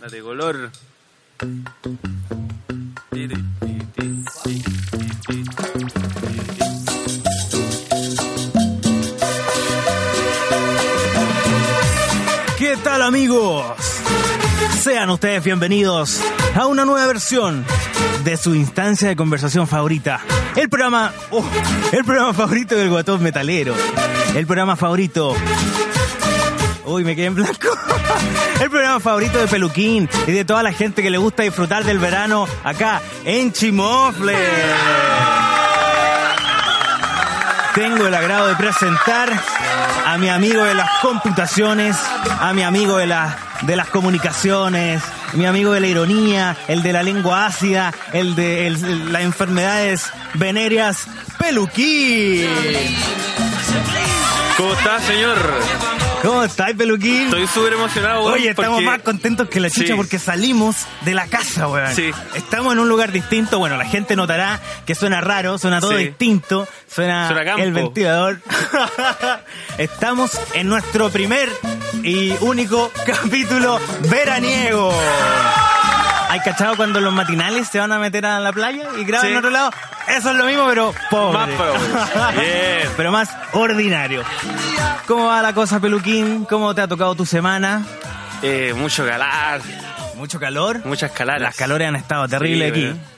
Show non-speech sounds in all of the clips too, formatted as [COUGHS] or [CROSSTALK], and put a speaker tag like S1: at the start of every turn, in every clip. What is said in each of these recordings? S1: Date color.
S2: ¿Qué tal amigos? Sean ustedes bienvenidos a una nueva versión de su instancia de conversación favorita. El programa, oh, el programa favorito del guatón metalero. El programa favorito. Uy, me quedé en blanco. [LAUGHS] El programa favorito de Peluquín y de toda la gente que le gusta disfrutar del verano acá en Chimofle. Tengo el agrado de presentar a mi amigo de las computaciones, a mi amigo de, las de las comunicaciones, mi amigo de la ironía, el de la lengua ácida, el de el- las enfermedades venéreas, Peluquín.
S1: ¿Cómo estás, señor?
S2: ¿Cómo estás, Peluquín?
S1: Estoy súper emocionado, weón,
S2: Oye, estamos
S1: porque-
S2: más contentos que la
S1: Sí.
S2: chicha porque salimos de la casa, weón.
S1: Sí.
S2: Estamos en un lugar distinto. Bueno, la gente notará que suena raro, suena todo
S1: Sí.
S2: distinto, suena,
S1: Suena campo.
S2: el
S1: [LAUGHS]
S2: ventilador. Estamos en nuestro primer y único [LAUGHS] capítulo veraniego. ¿Hay cachado cuando los matinales se van a meter a la playa y graban
S1: Sí.
S2: en otro lado? Eso es lo mismo, pero pobre.
S1: Más
S2: [LAUGHS]
S1: pobre. Bien.
S2: Pero más ordinario. ¿Cómo va la cosa, Peluquín? ¿Cómo te ha tocado tu semana?
S1: Eh, mucho galar,
S2: Mucho calor.
S1: muchas caladas.
S2: Las calores han estado terribles
S1: Sí,
S2: aquí.
S1: weón.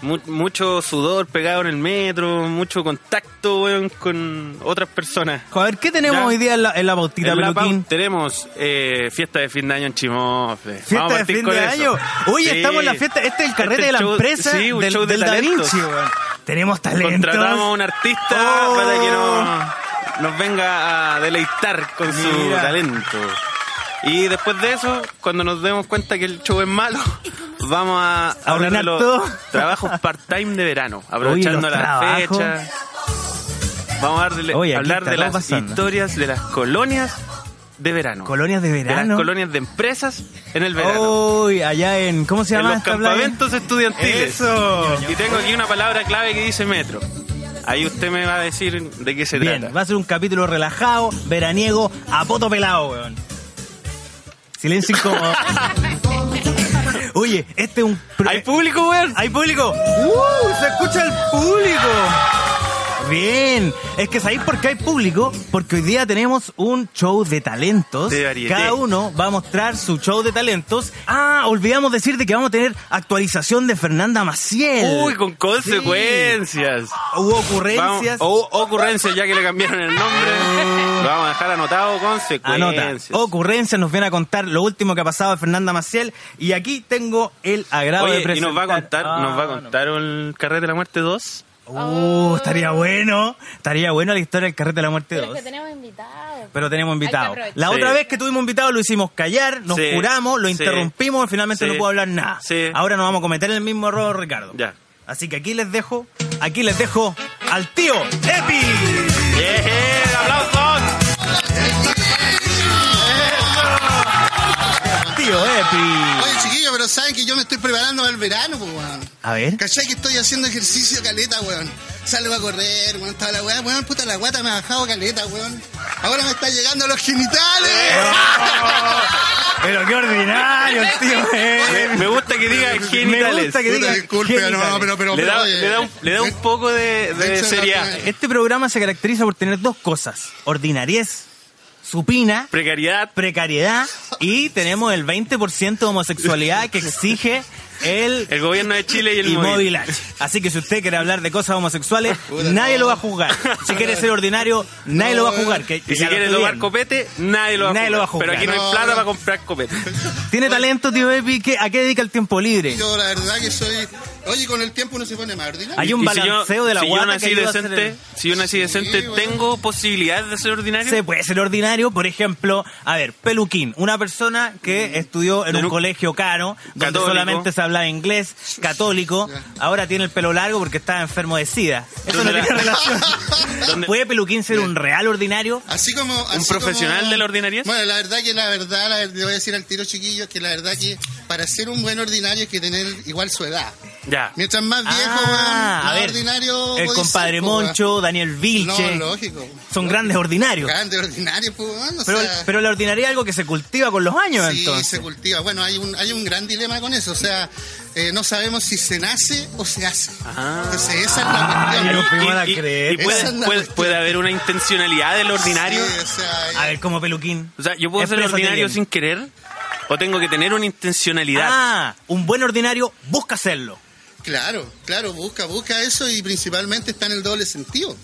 S1: Mu- mucho sudor pegado en el metro, mucho contacto, weón, con otras personas.
S2: A ver, ¿qué tenemos
S1: Ya.
S2: hoy día en la, en la pautita,
S1: En La
S2: Peluquín?
S1: Pau tenemos eh, fiesta de fin de año en Chimofle.
S2: Fiesta
S1: Vamos a
S2: de
S1: partir
S2: fin
S1: con
S2: de
S1: eso.
S2: año. Oye,
S1: Sí.
S2: estamos en la fiesta. Este es el carrete
S1: Este
S2: de la
S1: show-
S2: empresa
S1: sí, un
S2: del,
S1: show de
S2: del Da
S1: talentos.
S2: Vinci, weón. Tenemos talentos.
S1: Contratamos a un artista
S2: Oh.
S1: para que nos, nos venga a deleitar con su
S2: Mira.
S1: talento. Y después de eso, cuando nos demos cuenta que el show es malo, vamos a, hablar de
S2: arruinar
S1: los
S2: todo.
S1: trabajos part-time de verano,
S2: Oye,
S1: aprovechando
S2: los
S1: las
S2: trabajos.
S1: fechas. Vamos a darle-
S2: Oye, aquí
S1: hablar
S2: está
S1: de
S2: todo
S1: las
S2: pasando.
S1: historias de las colonias de verano.
S2: Colonias de
S1: de las
S2: verano.
S1: colonias de empresas en el verano.
S2: Uy, allá en. ¿Cómo se
S1: en
S2: llama
S1: los
S2: esta playa?
S1: campamentos estudiantiles.
S2: Eso.
S1: Y tengo aquí una palabra clave que dice metro. Ahí usted me va a decir de qué se
S2: Bien,
S1: trata.
S2: va a ser un capítulo relajado, veraniego, a poto pelado, weón.
S1: [LAUGHS]
S2: Silencio incómodo. Oye, este es un...
S1: ¿Hay público, weón?
S2: ¡Hay público! ¡Uh! ¡Se escucha el público! Bien, es que sabéis por qué hay público, porque hoy día tenemos un show de talentos.
S1: De varieté.
S2: Cada uno va a mostrar su show de talentos. Ah, olvidamos decirte que vamos a tener actualización de Fernanda Maciel.
S1: Uy, con consecuencias.
S2: Hubo ocurrencias.
S1: Vamos- o ocurrencias, ya que le cambiaron el nombre.
S2: [LAUGHS]
S1: Lo vamos a dejar anotado
S2: Anota, Oh,
S1: consecuencias.
S2: ocurrencias, nos viene a contar lo último que ha pasado de Fernanda Maciel y aquí tengo el agrado de
S1: Oye, y
S2: presentar.
S1: nos va a contar,
S2: Ah,
S1: nos va a contar el carrete de la muerte 2.
S2: no. Uh, estaría bueno, estaría bueno la historia del carrete de la muerte
S3: Oh. Pero
S2: 2.
S3: es que tenemos invitados.
S2: Pero tenemos invitado.
S3: Hay que aprovechar.
S2: La
S1: Sí.
S2: otra vez que tuvimos invitado lo hicimos callar, nos
S1: Sí.
S2: curamos, lo
S1: Sí.
S2: interrumpimos y finalmente
S1: Sí.
S2: no pudo hablar nada.
S1: Sí.
S2: Ahora no vamos a cometer el mismo error, Ricardo.
S1: Ya.
S2: Así que aquí les dejo, aquí les dejo al tío Epi.
S1: ¡Bien! ¡Aplausos!
S2: Tío Epi.
S4: Oye, chiquillo, pero saben que yo me estoy preparando para el verano, pues, weón.
S2: A ver.
S4: ¿Cachai que estoy haciendo ejercicio caleta, weón? Salgo a correr, weón, toda la weá, weón, puta la guata me ha bajado caleta, weón. Ahora me está llegando los
S2: Eh,
S4: genitales.
S2: Pero qué ordinario el
S3: [LAUGHS]
S2: tío Epi.
S1: Me, me gusta que diga genitales.
S2: Me gusta que diga
S4: Puta, disculpe,
S2: genitales.
S4: no, pero, pero,
S1: le, da,
S4: oye,
S1: le da un, le da un poco de, de
S4: Eso es lo
S1: seriedad.
S4: que-
S2: Este programa se caracteriza por tener dos cosas: ordinariez, supina,
S1: Precariedad.
S2: precariedad y tenemos el 20% de homosexualidad que exige el,
S1: El gobierno de Chile y el
S2: y
S1: móvil.
S2: Móvil H. Así que si usted quiere hablar de
S1: [LAUGHS]
S2: cosas homosexuales,
S4: Puta,
S2: nadie
S4: no.
S2: lo va a juzgar. Si quiere ser ordinario, nadie lo va a juzgar. Que,
S1: Y si
S2: ya lo
S1: quiere
S2: estoy
S1: tomar
S2: viendo.
S1: copete, nadie lo va,
S2: Nadie
S1: a,
S2: lo va a
S1: jugar. Pero
S2: juzgar.
S1: aquí no,
S4: No,
S1: hay plata
S4: no.
S1: para comprar copete.
S2: ¿Tiene talento, tío Epi? ¿Qué- ¿A qué dedica el tiempo libre?
S4: Yo la verdad que soy. Oye, con el tiempo uno se pone más ordinario.
S2: [LAUGHS] Hay un
S1: Y si yo-
S2: balanceo de la
S1: si yo
S2: guata que
S1: nací
S2: ayuda a hacer
S1: decente,
S2: el-
S1: Si yo nací decente,
S4: bueno.
S1: ¿tengo posibilidades de ser ordinario?
S2: Se puede ser ordinario, por ejemplo, a ver, Peluquín, una persona que estudió en
S1: En
S2: un
S1: un-
S2: colegio caro, donde
S1: Mm. Católico.
S2: solamente se hablaba inglés, católico,
S4: Ya.
S2: ahora tiene el pelo largo porque estaba enfermo de SIDA. Eso no
S1: ¿Dónde
S2: tiene
S1: la-
S2: relación.
S1: [LAUGHS] ¿Dónde-
S2: ¿Puede Peluquín ser un real ordinario?
S4: Así como. así
S1: profesional
S4: como-
S1: de la ordinariez?
S4: Bueno, la verdad que la verdad, la verdad, le voy a decir al tiro chiquillo que la verdad que para ser un buen ordinario hay que tener igual su edad.
S1: Ya.
S4: Mientras más viejo,
S2: Ah,
S4: weón,
S2: a
S4: más
S2: ver,
S4: ordinario.
S2: El
S4: podéis
S2: compadre
S4: ser, po, weón.
S2: Moncho, Daniel Vilche,
S4: No, lógico.
S2: son grandes ordinarios.
S4: Grande, ordinario, pues, weón, o
S2: Pero,
S4: sea,
S2: pero la ordinaria es algo que se cultiva con los años,
S4: sí,
S2: entonces.
S4: se cultiva. Bueno, hay un, hay un gran dilema con eso. O sea, eh, no sabemos si se nace o se hace.
S1: Ah.
S4: Entonces, esa es la
S2: Ah,
S4: cuestión.
S2: ya. nos fuimos a la
S1: y,
S2: cresta.
S1: y puede,
S4: Esa es
S1: puede-
S4: la cuestión.
S1: puede haber una intencionalidad del ordinario.
S4: Sí, o sea, eh,
S2: A ver, como peluquín.
S1: O sea, yo puedo ser
S2: Exprésate
S1: ordinario
S2: bien.
S1: sin querer o tengo que tener una intencionalidad.
S2: Ah, un buen ordinario busca hacerlo.
S4: Claro, claro, busca, busca eso y principalmente está en el doble sentido.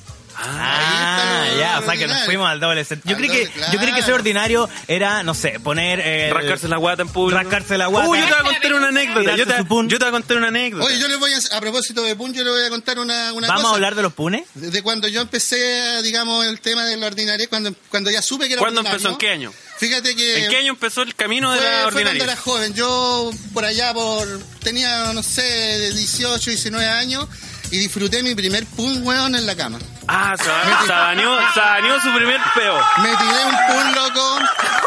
S2: Ah,
S4: Ahí está lo-
S2: ya,
S4: lo
S2: o sea que nos
S4: ordinario.
S2: fuimos al doble set. Yo
S4: Al
S2: creí que,
S4: doble,
S2: yo creí que ser
S4: claro.
S2: ordinario era, no sé, poner. eh,
S1: rascarse la guata en público.
S2: Rascarse la guata.
S1: Uh, yo te voy a contar una anécdota. Yo te,
S2: Darse su pun.
S1: yo te voy a contar una anécdota.
S4: Oye, yo les voy a, a propósito de Pun, yo les voy a contar una, una
S2: Vamos
S4: cosa.
S2: a hablar de los punes.
S4: Desde cuando yo empecé, digamos, el tema de la ordinaria, cuando, cuando ya supe que era
S1: ¿Cuándo
S4: ordinario,
S1: empezó? ¿En qué año?
S4: Fíjate que...
S1: ¿En qué año empezó el camino de
S4: Fue,
S1: la
S4: fue cuando
S1: ordinaria?
S4: era joven, yo por allá por tenía, no sé, de 18, 19 años y disfruté mi primer pun, weón, en la cama.
S1: Ah, sab- sabaneó, sabaneó su primer peo.
S4: Me tiré un pun, loco.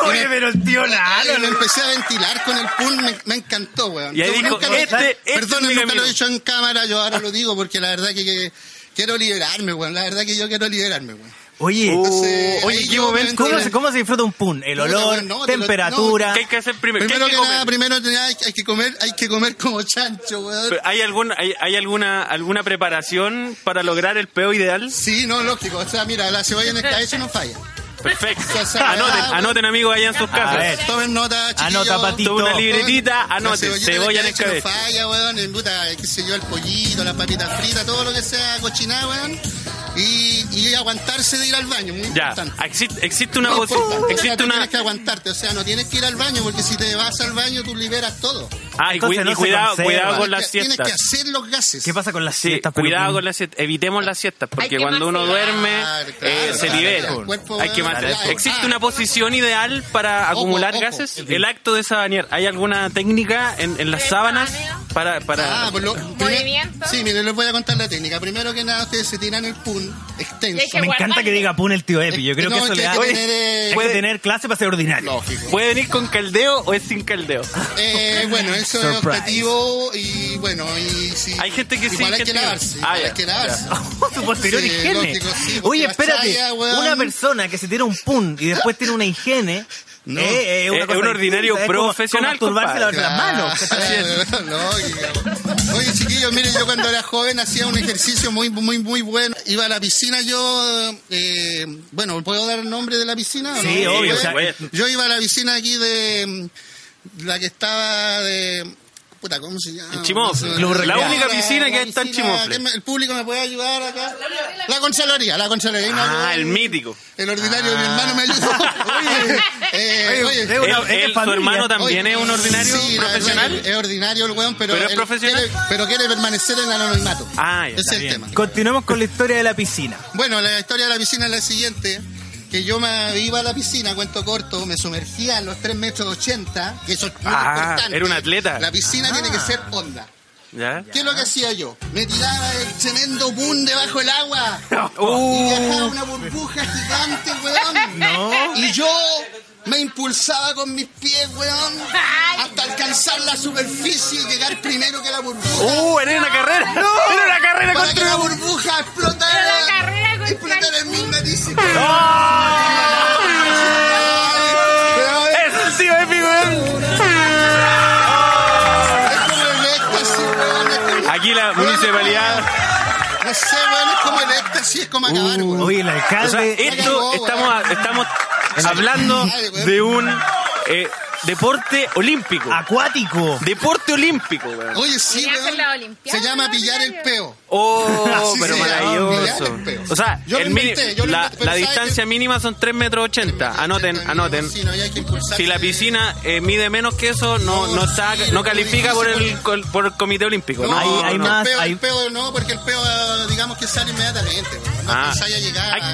S4: y me-
S2: pero el tío
S4: Ay, lo empecé a ventilar con el pun, me, me encantó, weón.
S1: Ah, Y ahí
S4: Yo
S1: dijo,
S4: nunca lo-
S1: este- este
S4: perdón,
S1: es mi
S4: nunca
S1: camino.
S4: lo he dicho en cámara, yo ahora lo digo porque la verdad que, que quiero liberarme, weón. La verdad que yo quiero liberarme, weón.
S2: Oye,
S1: Uh,
S4: Entonces,
S1: oye,
S4: ahí
S1: qué
S4: yo me
S1: momento.
S4: enteré.
S2: ¿cómo se, ¿cómo se disfruta un pun? El
S4: Puta,
S2: olor,
S4: weón, no, te lo-
S2: temperatura.
S1: ¿Qué hay que hacer primero? ¿Qué
S4: Primero
S1: hay
S4: que
S1: que
S4: nada,
S1: comer?
S4: primero tenía- hay, hay que comer, hay que comer como chancho, weón.
S1: Pero, ¿Hay, algún, hay, hay alguna, alguna preparación para lograr el peo ideal?
S4: Sí, no, lógico. O sea, mira, la cebolla en esta hecha
S1: [LAUGHS]
S4: no falla.
S1: Perfecto.
S4: [LAUGHS] O sea,
S1: Anoten,
S4: ah,
S1: anoten amigos allá en sus
S2: A
S1: casas.
S2: ver.
S4: Tomen nota, chiquillos.
S2: Anota, Patito.
S1: Toma una Eh, libretita,
S4: La
S1: anoten.
S4: cebollita
S1: Cebolla en
S4: que
S1: escabeche.
S4: No falla, weón, en puta, qué sé yo, el pollito, las papitas fritas, todo lo que sea cochinada, weón. Y, y aguantarse de ir al baño, muy
S1: Ya,
S4: importante.
S1: exi- existe una
S4: Muy
S1: posibilidad.
S4: importante. O sea,
S1: Existe
S4: tú
S1: una.
S4: Tienes que aguantarte, o sea, no tienes que ir al baño porque si te vas al baño tú liberas todo.
S1: Ah, y,
S2: Entonces
S1: cui-
S2: no
S1: y
S2: se
S1: cuidado,
S2: conserva.
S1: cuidado con las
S4: Tienes que- Tienes que
S1: siestas.
S4: hacer los gases.
S2: ¿Qué pasa con las
S1: Sí,
S2: siestas,
S1: cuidado
S2: peluquín?
S1: con las siestas. Evitemos las siestas, porque
S3: Hay que
S1: cuando uno
S3: macerar,
S1: duerme
S4: claro,
S1: eh, se
S4: claro,
S1: libera.
S4: el cuerpo,
S1: Hay que
S4: bueno,
S1: macerar.
S4: claro.
S1: ¿Existe
S4: Ah.
S1: una posición ideal para
S4: Ojo,
S1: acumular
S4: ojo.
S1: gases? El acto de sabanear. ¿Hay alguna técnica en, en las
S3: ¿El
S1: sábanas
S3: sabaneo?
S1: para... para...
S4: Ah, por
S1: [LAUGHS]
S4: lo,
S3: Movimiento.
S4: Sí, miren, les voy a contar la técnica. Primero que nada, ustedes se tiran el pun extenso.
S3: Y hay que
S2: Me encanta
S3: guardarte.
S2: que diga pun el tío Epi. Yo creo
S4: No,
S2: que eso
S4: es
S2: le
S4: que
S2: da.
S4: hay que
S2: Oye,
S4: tener, eh,
S2: Hay que
S1: puede-
S2: tener clase para ser ordinario.
S4: Lógico.
S1: ¿Puede venir con caldeo o es sin caldeo?
S4: Eh, bueno, eso es
S2: Surprise.
S4: objetivo y bueno, y si
S1: Hay gente que sí,
S4: igual hay
S1: gente
S4: que
S1: que no.
S4: lavarse,
S1: Ah,
S4: igual
S1: ya,
S4: hay que lavarse.
S2: [LAUGHS] Su posterior
S4: Sí,
S2: higiene.
S4: lógico, sí, porque
S2: Oye,
S4: la
S2: espérate.
S4: chaya, weón.
S2: Una persona que se tira un pun y después tiene una higiene.
S4: No.
S2: eh, eh, una
S1: Es
S2: cosa
S1: un ordinario
S2: distinta, es como-
S1: profesional,
S2: como masturbarse
S1: compadre.
S2: las manos.
S4: Claro, lógico. Oye, chiquillos, miren, yo cuando era joven hacía un ejercicio muy, muy, muy bueno. Iba a la piscina, yo, eh, bueno, ¿puedo dar el nombre de la piscina? o
S2: Sí,
S4: no?
S2: obvio,
S4: Yo-
S2: o sea,
S4: Yo iba a la piscina aquí de, mm, la que estaba de, puta, ¿cómo se llama?
S1: En Chimofle.
S4: No sé,
S2: Club Recreado.
S1: La única piscina que está en
S4: piscina,
S1: Chimofle.
S4: ¿quién me- El público me puede ayudar acá. La Consaloría, la Consaloría. Ahí me ayudó
S1: Ah, el mítico.
S4: El ordinario de mi hermano me ayudó. Oye, eh, oye,
S1: Él-
S2: Es una- es de
S1: él, ¿Su
S2: familia.
S1: hermano también
S4: Oye,
S1: es un ordinario
S4: sí, la verdad
S1: profesional?
S4: que Es ordinario el weón, pero,
S1: ¿Pero es
S4: él
S1: profesional?
S4: Quiere, pero quiere permanecer en el anonimato.
S1: Ah, ya,
S4: Ese
S1: está
S4: es
S1: bien.
S4: el tema.
S2: Continuamos con la historia de la piscina.
S4: Bueno, la historia de la piscina es la siguiente. Que yo me iba a la piscina, cuento corto, me sumergía a los 3 metros 80, que eso es muy
S1: Ah,
S4: importante.
S1: era un atleta. Ah.
S4: La piscina tiene que ser onda.
S1: ¿Ya?
S4: ¿Qué es lo que hacía yo? Me tiraba el tremendo boom debajo del agua. Y
S1: Uh,
S4: viajaba una burbuja gigante, weón.
S2: No.
S4: Y yo me impulsaba con mis pies, weón. Hasta alcanzar la superficie y llegar primero que la
S3: Oh,
S4: burbuja.
S1: uh, era una carrera. Era una carrera
S4: para que
S1: contra...
S4: la burbuja explotara.
S3: Pero la carrera contra
S4: explotara en mis narices.
S1: ¡Oh! ¡Es el tío Epi, weón!
S4: Es como el éxtasis, weón. es como-
S1: Aquí la
S4: Weón, es
S1: municipalidad...
S4: como- No sé, weón. Es como el éxtasis, es como acabar,
S1: Uh.
S4: weón.
S2: Oye, el
S1: O sea, eh.
S2: alcalde.
S1: esto estamos, estamos hablando de un eh, deporte olímpico.
S4: Ah.
S2: Acuático.
S1: Deporte olímpico, weón.
S4: Oye, sí,
S3: Podría hacer la
S4: weón.
S3: Olimpiada,
S4: Se llama
S3: ¿no?
S4: pillar el peo.
S1: Oh,
S4: Sí,
S1: pero
S4: sí,
S1: maravilloso.
S4: ya, ya, pero-
S1: O sea,
S4: Yo lo
S1: el mini-
S4: inventé, yo lo
S1: la,
S4: inventé, pero
S1: la
S4: ¿sabes
S1: distancia mínima son 3 metros 80. Anoten, anoten.
S4: Sí, no, y hay que impulsarse.
S1: Si la piscina eh, mide menos que eso, no, no, está, no califica por el, col- por el Comité Olímpico. No,
S4: No,
S2: Hay- hay
S1: no.
S2: más,
S4: el peo,
S2: hay-
S4: el peo no, porque el peo, eh, digamos que sale inmediatamente. weón. No
S1: Ah.
S4: pensáis a llegar
S1: Hay-
S4: a, a- a- a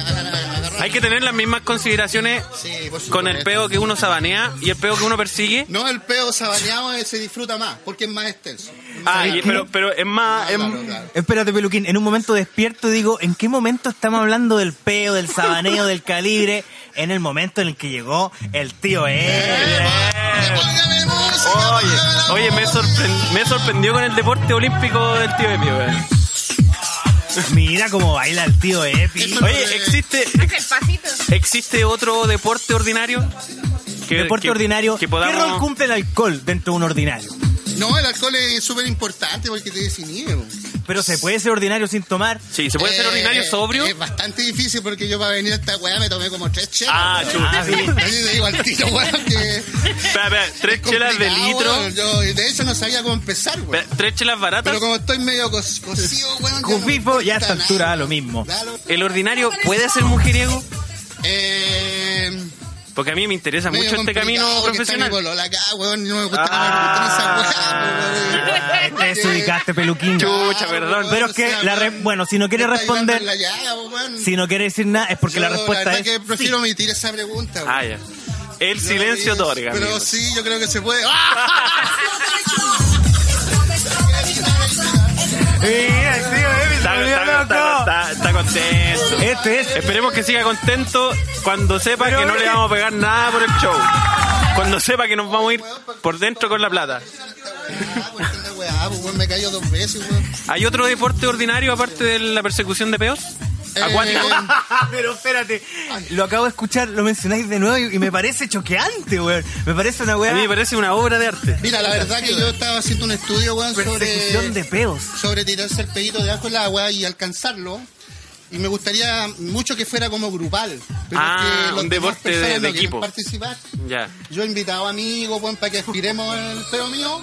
S4: agarrar.
S1: Hay que tener las mismas consideraciones
S4: Sí, por supuesto.
S1: con el peo que uno sabanea y el peo que uno persigue.
S4: No, el peo sabaneado eh, se disfruta más, porque es más extenso.
S1: Ah, y-
S4: Claro.
S1: pero, pero es más... es-
S4: Claro, claro.
S2: Espérate, Peluquín. En un momento despierto digo, ¿en qué momento estamos hablando del peo, del sabaneo, del calibre? En el momento en el que llegó el tío E.
S4: ¡Eh, póngame música! cigarro,
S1: Oye,
S4: dame la
S1: oye, me,
S4: voz,
S1: sorpren- me sorprendió con el deporte olímpico del tío Epi, weón.
S2: Mira cómo baila el tío Epi.
S4: Eso-
S1: Oye, existe,
S3: Haz el pasito.
S1: existe otro deporte ordinario. Que,
S2: Deporte
S1: que-
S2: ordinario.
S1: Que
S2: ¿Qué rol
S1: podamos.
S2: cumple el alcohol dentro de un ordinario?
S4: No, el alcohol es súper importante porque te desinhibe. po.
S2: Pero se puede ser ordinario sin tomar.
S1: Sí, se puede ser
S4: Eh,
S1: ordinario sobrio.
S4: Es bastante difícil porque yo para venir a esta weá me tomé como tres chelas.
S1: Ah,
S4: po.
S1: chuta.
S4: [LAUGHS] Yo te digo al tiro, weón, que.
S1: Espera, espera, tres
S4: es
S1: [LAUGHS] chelas de
S4: complicado,
S1: litro.
S4: weón. Yo, de hecho, no sabía cómo empezar, weón.
S1: espera, Tres chelas baratas.
S4: Pero como estoy medio cos- cosido, weón. ya no me
S2: Cufifo, ya a
S4: importa
S2: esta
S4: nada.
S2: altura da lo mismo.
S4: Da lo-
S1: ¿El ordinario puede ser mujeriego?
S4: Eh.
S1: Porque a mí me interesa
S4: medio
S1: mucho este
S4: complicado
S1: camino
S4: porque
S1: profesional.
S4: Está mi polola acá, weón, y no me gusta
S1: Ah.
S4: que me gusten esas weas,
S2: Ahí Te desubicaste, peluquín.
S1: Chucha,
S4: Claro,
S1: perdón.
S4: weón,
S2: Pero
S4: o
S2: es que,
S4: sea,
S2: la re-
S4: weón,
S2: bueno, si no quiere
S4: me está llevando
S2: responder,
S4: en la llaga, weón.
S2: si no quiere decir nada, es porque
S4: Yo,
S2: la
S4: la
S2: respuesta
S4: verdad
S2: es.
S4: que prefiero omitir esa pregunta. weón.
S1: Ah, ya. El
S4: Yo
S1: silencio
S4: digo,
S1: otorga.
S4: Pero
S1: amigo.
S4: sí, yo creo que se puede. ¡Ah!
S2: Mira, el tío Epi se
S1: Está,
S2: volvió
S1: está- está-
S2: loco.
S1: está- está contento.
S2: Este es.
S1: Esperemos que siga contento cuando sepa
S2: Pero,
S1: que no le
S2: eh.
S1: vamos a pegar nada por el show. Cuando sepa que nos vamos a ir por dentro con la plata.
S4: Ah, pues, esta weá, pues, weón, Me cayó dos veces, weón.
S1: ¿Hay otro deporte ordinario aparte de la persecución de peos?
S4: Eh,
S1: Acuático.
S2: [LAUGHS] Pero espérate, lo acabo de escuchar, lo mencionáis de nuevo y, y me parece choqueante, weón. Me parece una
S1: A
S2: weá.
S1: mí me parece una obra de arte.
S4: Mira, la verdad que yo estaba haciendo un estudio, weón, sobre,
S2: Persecución de peos.
S4: sobre tirarse el pedito de ajo en la agua y alcanzarlo. Y me gustaría mucho que fuera como grupal. Pero
S1: Ah,
S4: que los
S1: un
S4: demás
S1: deporte de-
S4: personas
S1: de
S4: no quieren
S1: equipo.
S4: participar.
S1: Ya.
S4: Yo he invitado a amigos, weón, para que aspiremos el peo mío.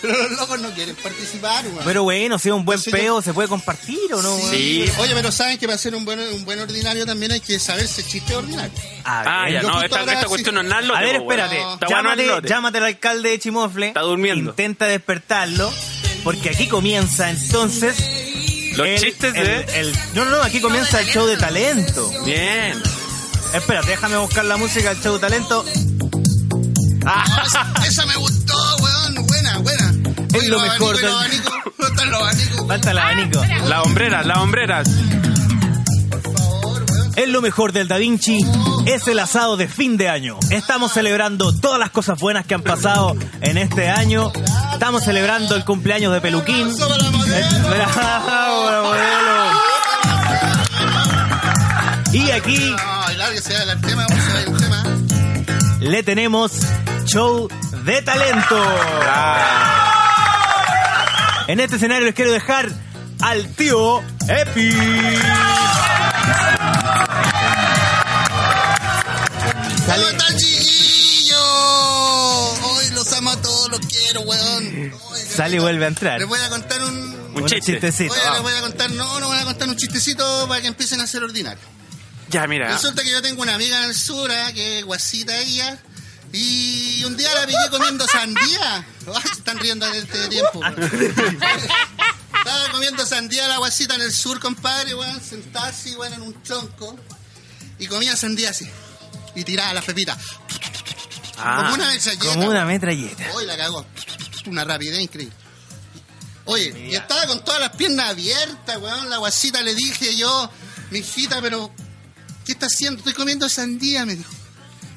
S4: Pero los locos no quieren participar, weón.
S2: Pero bueno, si es un buen
S4: Entonces
S2: peo, ¿se puede compartir o no? weón?
S1: Sí.
S4: Oye, pero saben que para ser un buen, un buen ordinario también hay que saberse chiste ordinario.
S2: A
S1: Ah,
S2: ver,
S1: ya,
S4: yo
S1: no,
S4: justo
S1: esta,
S4: ahora
S1: esta
S4: sí.
S1: cuestión no es nada
S2: A ver, espérate.
S4: No.
S1: Está bueno
S2: Llámate,
S1: al lote.
S2: llámate al alcalde de Chimofle.
S1: Está durmiendo.
S2: Intenta despertarlo. Porque aquí comienza entonces.
S1: Los
S2: el-
S1: chistes
S2: el-
S1: de.
S2: el- no, no, no, aquí comienza el show de talento.
S1: Bien.
S2: Espérate, déjame buscar la música del show de talento. Ah,
S4: Esa me gustó, weón. Buena, buena.
S2: Es lo mejor del-
S4: abanicos, y los [LAUGHS] abanicos. No están los abanicos, weón,
S2: falta el abanico.
S1: Las hombreras, las hombreras.
S4: por favor, weón.
S2: Es lo mejor del Da Vinci, es el asado de fin de año. Estamos celebrando todas las cosas buenas que han pasado en este año. Estamos celebrando el cumpleaños de Peluquín.
S4: ¡Eso para la modelo!
S2: ¡Bravo, la modelo! Y aquí
S4: Ay, lárguese del tema, vamos a ver el tema.
S2: le tenemos show de talento. En este escenario les quiero dejar al tío Epi.
S4: ¡Saludos, tal chiquillo! Hoy los amo a todos, los quiero, weón. Ay,
S2: Sale y vuelve ah. a entrar.
S4: Les voy a contar un.
S1: Un chiste.
S2: chistecito.
S4: Oye, les voy a contar, no, no voy a contar un chistecito para que empiecen a ser ordinarios.
S1: Ya,
S2: Ah.
S1: mira.
S4: Resulta que yo tengo una amiga en el sur, ah, que es guasita ella, y un día la pillé comiendo sandía. [LAUGHS] Ah, se están riendo en este
S2: [LAUGHS]
S4: tiempo. weón. Estaba comiendo sandía la guasita en el sur, compadre, weón, sentada así, weón, en un tronco, y comía sandía así, y tiraba las pepitas. como una
S1: Ah,
S4: metralleta.
S2: Como una metralleta.
S4: Hoy la cagó. Una rapidez increíble. Oye, y estaba con todas las piernas abiertas, weón. La guasita le dije yo, mi hijita, pero ¿qué está haciendo? Estoy comiendo sandía, me dijo.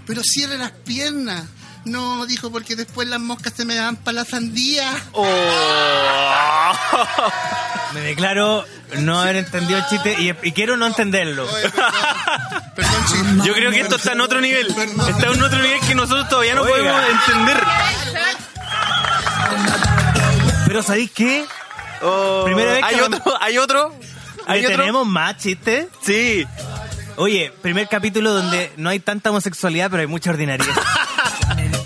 S4: Pero cierre las piernas. No, dijo, porque después las moscas se me dan para la sandía.
S1: Oh.
S2: Me declaro no haber entendido el chiste y, y quiero no entenderlo.
S4: Oye, perdón,
S1: Oh.
S2: [LAUGHS]
S4: perdón,
S1: [LAUGHS]
S4: chico.
S1: Yo creo que esto está en otro nivel.
S4: Perdón.
S1: Está en otro nivel que nosotros todavía no
S2: Oiga.
S1: podemos entender.
S2: Pero ¿sabéis qué?
S1: Oh,
S2: Primera vez que
S1: ¿Hay
S2: lo-
S1: otro? ¿Hay otro? ¿Hay
S2: ¿Le
S1: otro?
S2: tenemos más chistes?
S1: Sí.
S2: Oye, primer capítulo donde no hay tanta homosexualidad, pero hay
S1: [LAUGHS]
S2: mucha ordinariedad.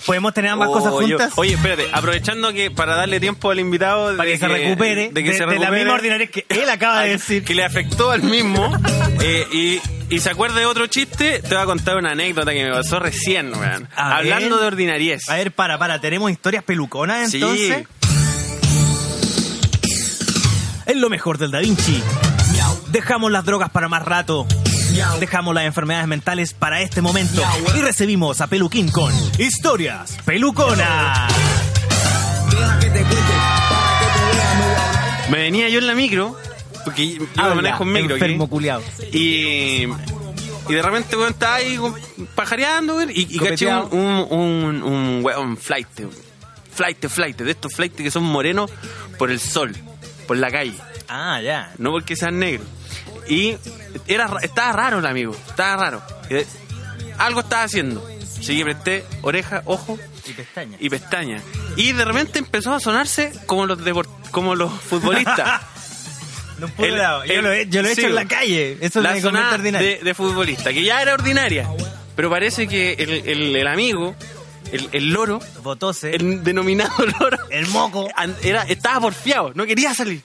S2: ¿Podemos tener ambas
S1: Oh,
S2: cosas
S1: yo-
S2: juntas?
S1: Oye, espérate, aprovechando que para darle tiempo al invitado de
S2: para que, se recupere
S1: de que se
S2: la
S1: recupere,
S2: misma ordinariedad que él acaba de
S1: a-
S2: decir.
S1: que le afectó al mismo eh, y, y se acuerde de otro chiste, te voy a contar una anécdota que me pasó recién, weón.
S2: A
S1: Hablando
S2: ver.
S1: de ordinariez.
S2: A ver, para, para, tenemos historias peluconas
S1: Sí.
S2: entonces. Es lo mejor del Da Vinci. Dejamos las drogas para más rato. Dejamos las enfermedades mentales para este momento. Y recibimos a Peluquín con Historias Peluconas.
S1: Me venía yo en la micro, porque yo Ah, manejo un micro. aquí.
S2: enfermo culiao.
S1: Y, y de repente, weón, estaba ahí weón, pajareando, weón, y, y caché un,
S2: Copeteado.
S1: un, un, un weón flight, weón. flightes, flightes, de estos flightes que son morenos por el sol, por la calle,
S2: Ah, ya.
S1: no porque sean negros. Y era, ra- estaba raro el amigo, estaba raro. Eh, Algo estaba haciendo. Así que presté oreja, ojo
S2: Y pestañas.
S1: y pestaña. Y de repente empezó a sonarse como los depor- como los
S2: [LAUGHS]
S1: futbolistas.
S2: No puedo
S1: El-
S2: lado. Yo,
S1: el-
S2: lo he, yo lo he
S1: sí,
S2: hecho en la
S1: bo.
S2: calle. Eso
S1: la
S2: me
S1: zona
S2: comenta ordinario.
S1: de, de futbolista, que ya era ordinaria. Pero parece que el, el- el amigo, el, el loro,
S2: Botose. El,
S1: el denominado [LAUGHS] loro, [LAUGHS]
S2: moco.
S1: an- era, estaba porfiado, no quería salir.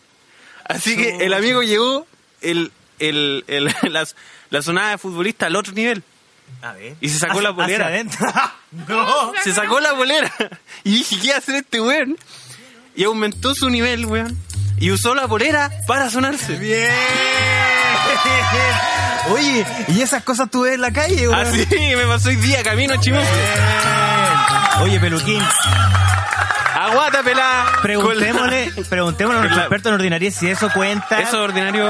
S1: Así que el amigo llegó el, el, el- [LAUGHS] la, la zona de futbolista al otro nivel.
S2: A ver.
S1: Y se sacó
S2: Hacia-
S1: la polera.
S2: hacia adentro. [LAUGHS]
S1: [LAUGHS]
S2: no.
S1: Se sacó la bolera [LAUGHS] y dije, ¿qué va a hacer este weón? Y aumentó su nivel, weón. Y usó la bolera para sonarse.
S2: Bien. Oye, ¿y esas cosas tú ves en la calle, güey?
S1: Así me pasó hoy día, camino a Chimufle.
S2: Oye, peluquín,
S1: Aguata pelá.
S2: preguntémosle, preguntémosle a
S1: Con
S2: nuestro
S1: la-
S2: experto en ordinariedad si eso cuenta.
S1: Eso ordinario,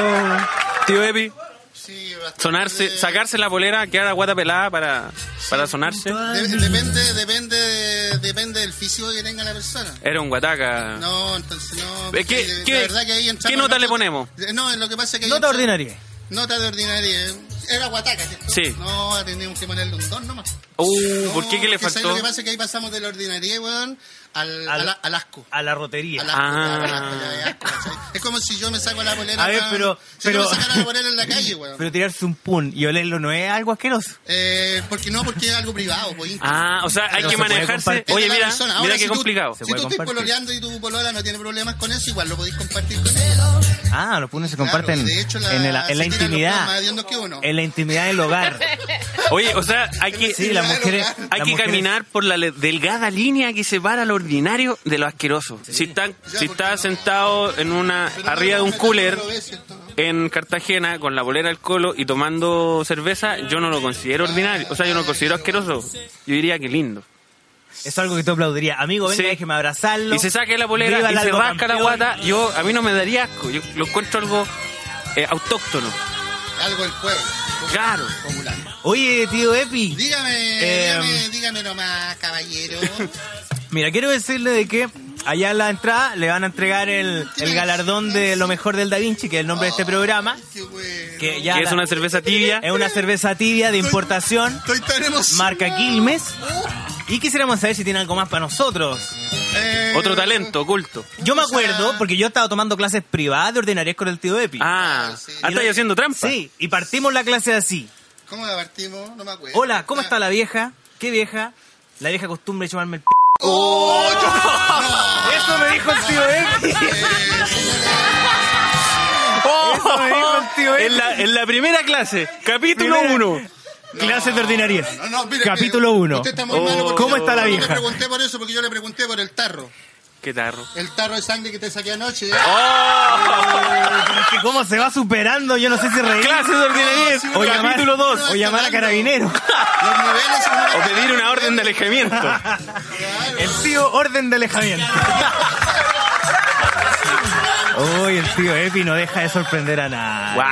S1: tío Epi.
S4: Sí, bastante
S1: Sonarse,
S4: de-
S1: sacarse la polera, quedar aguata pelada para, para sonarse.
S4: de- depende, depende, de- depende del físico que tenga la persona.
S1: Era un guataca.
S4: No, entonces no.
S1: Eh, ¿qué-
S4: eh, la
S1: qué-
S4: verdad que ahí
S1: qué
S4: entramos
S1: nota le
S4: nosotros-
S1: ponemos?
S4: Eh, No, lo que pasa es que ahí
S2: Nota
S4: entramos-
S2: ordinaria.
S4: Nota de ordinaria. eh. Era guataca, ¿cierto?
S1: Sí.
S4: No, teníamos que ponerle un don nomás.
S1: Uh,
S4: No,
S1: ¿por qué? ¿Qué le
S4: porque ¿sabes
S1: faltó?
S4: Lo que pasa es que ahí pasamos de la ordinaria, weón, al,
S2: Al-
S4: al, al asco.
S2: A la rotería.
S4: Al asco,
S1: Ah.
S4: al asco, ya, ya, asco, ¿cachai? Es como si yo me saco la polera.
S2: A ver,
S4: weón.
S2: pero-
S4: Si yo
S2: pero-
S4: me sacara la polera en la calle,
S1: [LAUGHS]
S4: weón.
S2: Pero tirarse un pun y olerlo no es algo asqueroso.
S4: Eh, porque no, porque es algo privado, po, íntimo.
S1: Ah, o sea, hay
S4: Pero
S1: que
S2: se puede
S1: manejarse.
S2: compartir.
S1: Oye,
S4: Es de la
S1: mira,
S4: persona. Ahora,
S1: mira qué
S4: si tú-
S1: complicado.
S2: Se
S4: Si
S2: puede
S4: tú estás
S2: compartir.
S4: pololeando y tu polola no tiene problemas con eso, igual lo podéis compartir con ella.
S2: Ah, los punes se
S4: Claro,
S2: comparten
S4: de hecho, la-
S2: en la, en la
S4: se tiran los
S2: intimidad.
S4: más hediondos que uno.
S2: En la intimidad del hogar.
S1: [LAUGHS] Oye, o sea, hay que,
S2: Sí, las
S4: Claro,
S2: mujeres.
S4: claro.
S1: [LAUGHS]
S2: las
S1: hay que
S2: mujeres-
S1: caminar por la le- delgada línea que separa lo ordinario de lo asqueroso. Si estás si está sentado en una
S4: Pero no,
S1: arriba de
S4: no,
S1: un
S4: no,
S1: cooler.
S4: no lo ves, ¿cierto? No.
S1: en Cartagena con la bolera al colo y tomando cerveza, yo no lo considero ordinario. O sea, yo no lo considero asqueroso. Yo diría que lindo.
S2: Es algo que tú aplaudirías. Amigo, venga,
S1: Sí.
S2: déjeme abrazarlo.
S1: Y se saque la bolera
S2: Viva
S1: y
S2: el
S1: se
S2: Albo
S1: rasca la
S2: campeón.
S1: guata, yo a mí no me daría asco. Yo lo encuentro algo eh, autóctono.
S4: Algo del pueblo. como-
S1: Claro.
S4: como la-
S2: Oye, tío Epi.
S4: Dígame,
S2: Eh,
S4: dígame, dígame
S2: [LAUGHS]
S4: nomás, caballero.
S2: Mira, quiero decirle de que allá en la entrada le van a entregar el, el galardón de lo mejor del Da Vinci, que es el nombre de este programa.
S4: Qué bueno.
S2: Que ya
S1: Que es
S2: la-
S1: una cerveza tibia.
S2: es una cerveza tibia de importación,
S4: Estoy tan emocionado.
S2: marca Quilmes. Y quisiéramos saber si tiene algo más para nosotros.
S4: Eh,
S1: Otro talento oculto.
S2: Yo me
S4: o sea,
S2: acuerdo, porque yo estaba tomando clases privadas de ordinarias con el tío Epi.
S1: Ah,
S4: sí.
S1: ah,
S2: Y la-
S1: estáis haciendo trampa.
S2: Sí, y partimos la clase así.
S4: ¿Cómo la partimos? No me acuerdo. Ah.
S2: Hola, ¿cómo está la vieja? ¿Qué vieja? La vieja costumbre de llamarme el p...
S4: ¡Oh!
S2: Eso me dijo el tío Epi.
S1: ¡Oh!
S2: Eso me dijo el tío Epi.
S1: en, la, en la primera clase, capítulo
S2: Primera-
S1: 1.
S2: Oh, Clases de ordinarias.
S4: No, no, mire,
S2: Capítulo Oh,
S4: que
S2: 1.
S4: usted está muy malo porque
S2: ¿Cómo está la
S4: Yo le
S2: vieja?
S4: pregunté por eso, porque yo le pregunté por el tarro.
S1: Qué tarro. Oh,
S4: El tarro de sangre que te saqué anoche. ¿eh?
S2: Oh. Es que ¿Cómo se va superando? Yo no sé si reír.
S1: Clases de ordinariedad,
S2: O llamar-
S1: capítulo 2.
S2: O llamar a carabineros.
S4: Los niveles son
S1: O pedir una orden de alejamiento.
S2: [LAUGHS] El tío orden de alejamiento. Uy, el tío Epi no deja de sorprender a nadie.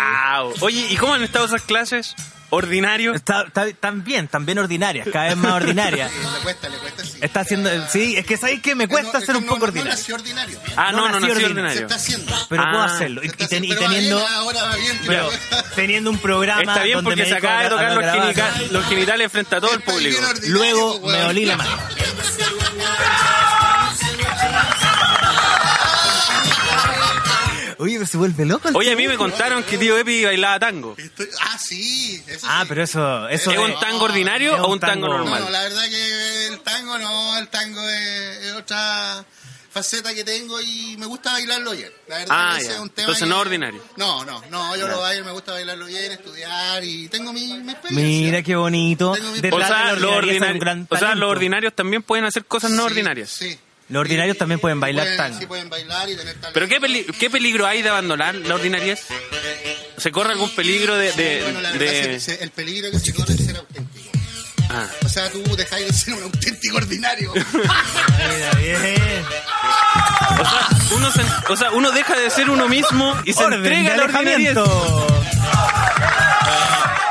S1: ¡Wow! Oye, ¿y cómo han estado esas clases? Ordinario.
S2: Está, está, están bien, están bien ordinarias, cada vez más ordinarias.
S4: Eh, Le cuesta, le cuesta, sí.
S2: Está haciendo. Sí, es que sabéis que me cuesta
S4: Es que
S2: ser
S4: no-
S2: un
S4: no-
S2: poco
S4: No,
S2: ordinario.
S4: nació ordinario.
S1: Ah, no, no,
S2: nací
S1: nací
S4: Se
S1: ordinario.
S4: está haciendo.
S2: Pero puedo
S1: Ah.
S2: hacerlo. Y,
S4: Se está
S2: ten- y
S4: haciendo, pero
S2: teniendo.
S4: bien, ahora va bien,
S2: [LAUGHS] Pero teniendo un programa.
S1: Está bien
S2: donde
S1: porque
S2: me
S1: se
S2: dedico a
S1: acaba de
S2: gra-
S1: tocar
S2: a
S1: los,
S2: grabar.
S1: quimica- los genitales frente a todo el
S4: Está bien
S1: público.
S4: ordinario,
S2: Luego
S4: weón.
S2: me olí la
S4: [LAUGHS]
S2: mano. Oye, pero se vuelve loco. el
S1: Oye, a mí
S2: tío.
S1: me contaron que tío Epi bailaba tango.
S4: Estoy- Ah, sí. eso
S2: Ah,
S1: [LAUGHS]
S4: sí.
S2: pero eso. eso
S1: ¿Es
S2: de-
S1: un tango ordinario
S2: Ah, es
S1: o
S2: un
S1: un tango
S2: tango-
S4: No,
S1: normal?
S4: no, la verdad que el tango no, el tango es, es otra faceta que tengo y me gusta bailarlo bien. La verdad
S1: Ah,
S4: que ese
S1: ya.
S4: es un tema
S1: Entonces
S4: que-
S1: no ordinario.
S4: No, no, no, yo lo bailo, me gusta bailarlo bien, estudiar y tengo mi, mi experiencia.
S2: Mira qué bonito.
S4: Tengo mi-
S1: O
S2: Detrás
S1: sea,
S2: de la
S1: lo
S2: ordinariedad hay un
S1: ordinario-
S2: gran
S1: o sea,
S2: talento.
S1: los ordinarios también pueden hacer cosas no
S4: Sí,
S1: ordinarias.
S4: Sí.
S2: Los ordinarios
S4: Y-
S2: también pueden bailar
S4: pueden-
S2: tango.
S4: Sí, pueden bailar y tener talento.
S1: Pero ¿qué, peli- qué peligro hay de abandonar la ordinariedad? ¿Se corre algún peligro de...? de-
S4: Sí, bueno, la verdad
S1: de-
S4: es que se- el peligro que se corre es ser auténtico.
S1: Ah.
S4: O sea, tú dejáis de ser un
S1: [LAUGHS]
S4: auténtico ordinario.
S2: Mira, bien.
S1: O, sea, uno se- o sea, uno deja de ser uno mismo y se
S2: Orden de
S1: entrega a la ordinariedad.
S2: alejamiento.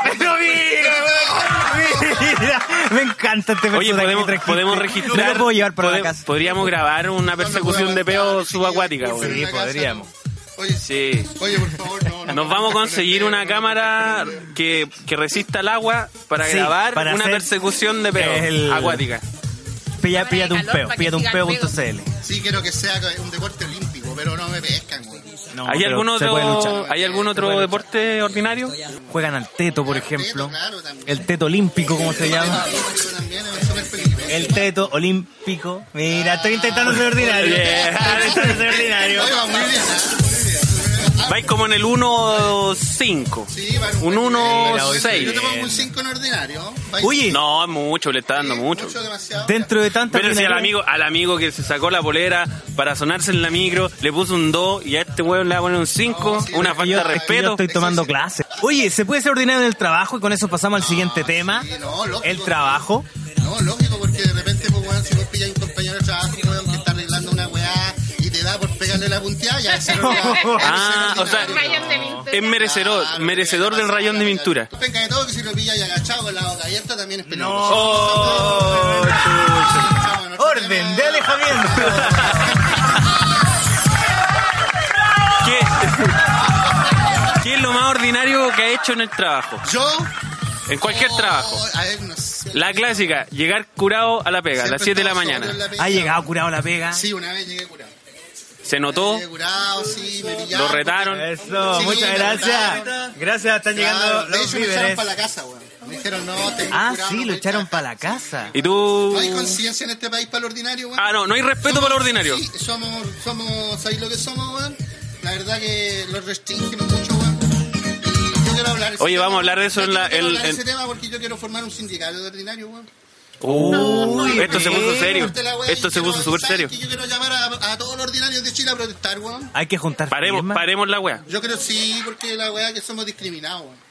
S2: Pero [LAUGHS] mira, mira, Me encanta este
S1: Oye,
S2: personaje
S1: podemos,
S2: que trajiste.
S1: podemos
S2: Me
S1: registrar.
S2: lo puedo llevar para la
S1: pode-
S2: casa.
S1: Podríamos grabar una
S4: No, no
S1: persecución
S4: puedo
S1: de peo
S4: aguantar,
S1: subacuática,
S4: chiquillos,
S1: güey.
S4: en la casa,
S2: podríamos.
S4: no. Oye,
S1: Sí.
S4: oye, por favor, no, no.
S1: Nos vamos a conseguir una cámara que, que resista el agua para
S2: Sí,
S1: grabar
S2: para
S1: una
S2: hacer
S1: persecución de peo
S2: el-
S1: acuática.
S2: Pilla,
S3: Ahora
S2: píllate
S3: hay
S2: un
S3: calor
S2: peo,
S3: para que
S2: píllate un
S3: siga el peo.
S2: peo.cl.
S4: Sí, quiero que sea un deporte olímpico, pero no me pescan, güey.
S2: No,
S1: ¿Hay
S2: pero
S1: algún
S2: se puede
S1: otro,
S2: luchar.
S1: ¿hay algún otro
S2: puede
S1: deporte ordinario?
S2: Juegan al teto, por
S4: Al teto,
S2: ejemplo.
S4: claro, también.
S2: El teto olímpico, como se llama.
S4: Eso también es súper peligroso.
S2: El teto olímpico. Mira, estoy intentando ser ordinario.
S1: Yeah.
S2: Estoy intentando ser ordinario.
S4: Oye, va muy bien, ¿ah? Muy bien.
S1: Vais como en el 1.5.
S4: Sí, va
S1: Un
S4: buen nivel. Yo
S1: 1.6.
S4: te pongo un 5 en ordinario. Va-
S2: Oye,
S1: No, es mucho, le está dando mucho.
S4: demasiado.
S2: dentro de tantas
S1: Pero si al
S2: ordinarias-
S1: amigo, al amigo que se sacó la polera para sonarse en la micro, le puso un 2 y a este weón le va a poner un 5,
S4: No, sí,
S1: una
S4: es que
S1: falta
S2: yo,
S1: de
S2: es que yo
S1: respeto.
S2: estoy tomando clases. Oye, ¿se puede ser ordinario en el trabajo? Y con eso pasamos al siguiente tema.
S4: Ah, sí, no, lógico.
S2: el trabajo.
S4: No, lógico, porque de repente, pues, weón, si vos pillas a un compañero de trabajo, weón, que está arreglando una weá y te da por pegarle la punteada,
S1: [LAUGHS]
S4: ya se lo
S1: Ah, o sea,
S3: Rayón de pintura.
S1: es merecedor, merecedor del rayón de pintura.
S4: Tú venga de todo que si lo pillas y agachado con la boca abierta también es peligroso.
S1: Oh, chucha.
S4: Pasamos a nuestro tema.
S2: Orden de alejamiento.
S1: ¿Qué, [LAUGHS] ¿Qué es lo más ordinario que ha hecho en el trabajo?
S4: Yo.
S1: En cualquier
S4: oh,
S1: trabajo.
S4: A ver, no sé.
S1: La clásica, llegar curado a la pega, a las 7
S4: Siempre
S1: de la
S4: estaba
S1: mañana.
S4: sobre la pega.
S2: Ha llegado curado la pega.
S4: Sí, una vez llegué curado.
S1: Se notó,
S4: Llegué curado, sí, me pillaron.
S1: lo retaron.
S2: Eso,
S4: Sí,
S2: muchas
S4: me
S2: gracias.
S4: gustaron.
S2: Gracias, están
S4: Claro,
S2: llegando
S4: de
S2: los
S4: hecho, me echaron
S2: víveres.
S4: para la casa, weón. Me dijeron, no, te
S2: Ah, sí, lo echaron para la casa.
S1: ¿Y tú?
S4: No hay conciencia en este país para lo ordinario, weón.
S1: Ah, no, no hay respeto para lo ordinario.
S4: Sí, somos, somos, ¿sabéis lo que somos, weón? La verdad que los restringen mucho, weón. Y yo quiero hablar. ese
S1: Oye,
S4: tema,
S1: vamos a hablar de
S4: weón.
S1: eso en
S4: Yo
S1: la-
S4: quiero
S1: en-
S4: hablar de ese
S1: en-
S4: tema porque yo quiero formar un sindicato de ordinario, weón.
S1: Uy, esto se puso
S2: eh.
S1: serio.
S4: Corte la weá,
S1: Esto
S4: yo
S1: se
S4: quiero-
S1: puso súper
S4: ¿sabes
S1: serio.
S4: qué? Yo quiero llamar a, a todos los ordinarios de Chile a protestar, weón.
S2: Hay que juntar
S1: Paremos,
S2: firmas.
S1: paremos la wea.
S4: Yo creo sí, porque la weá que somos discriminados, weón.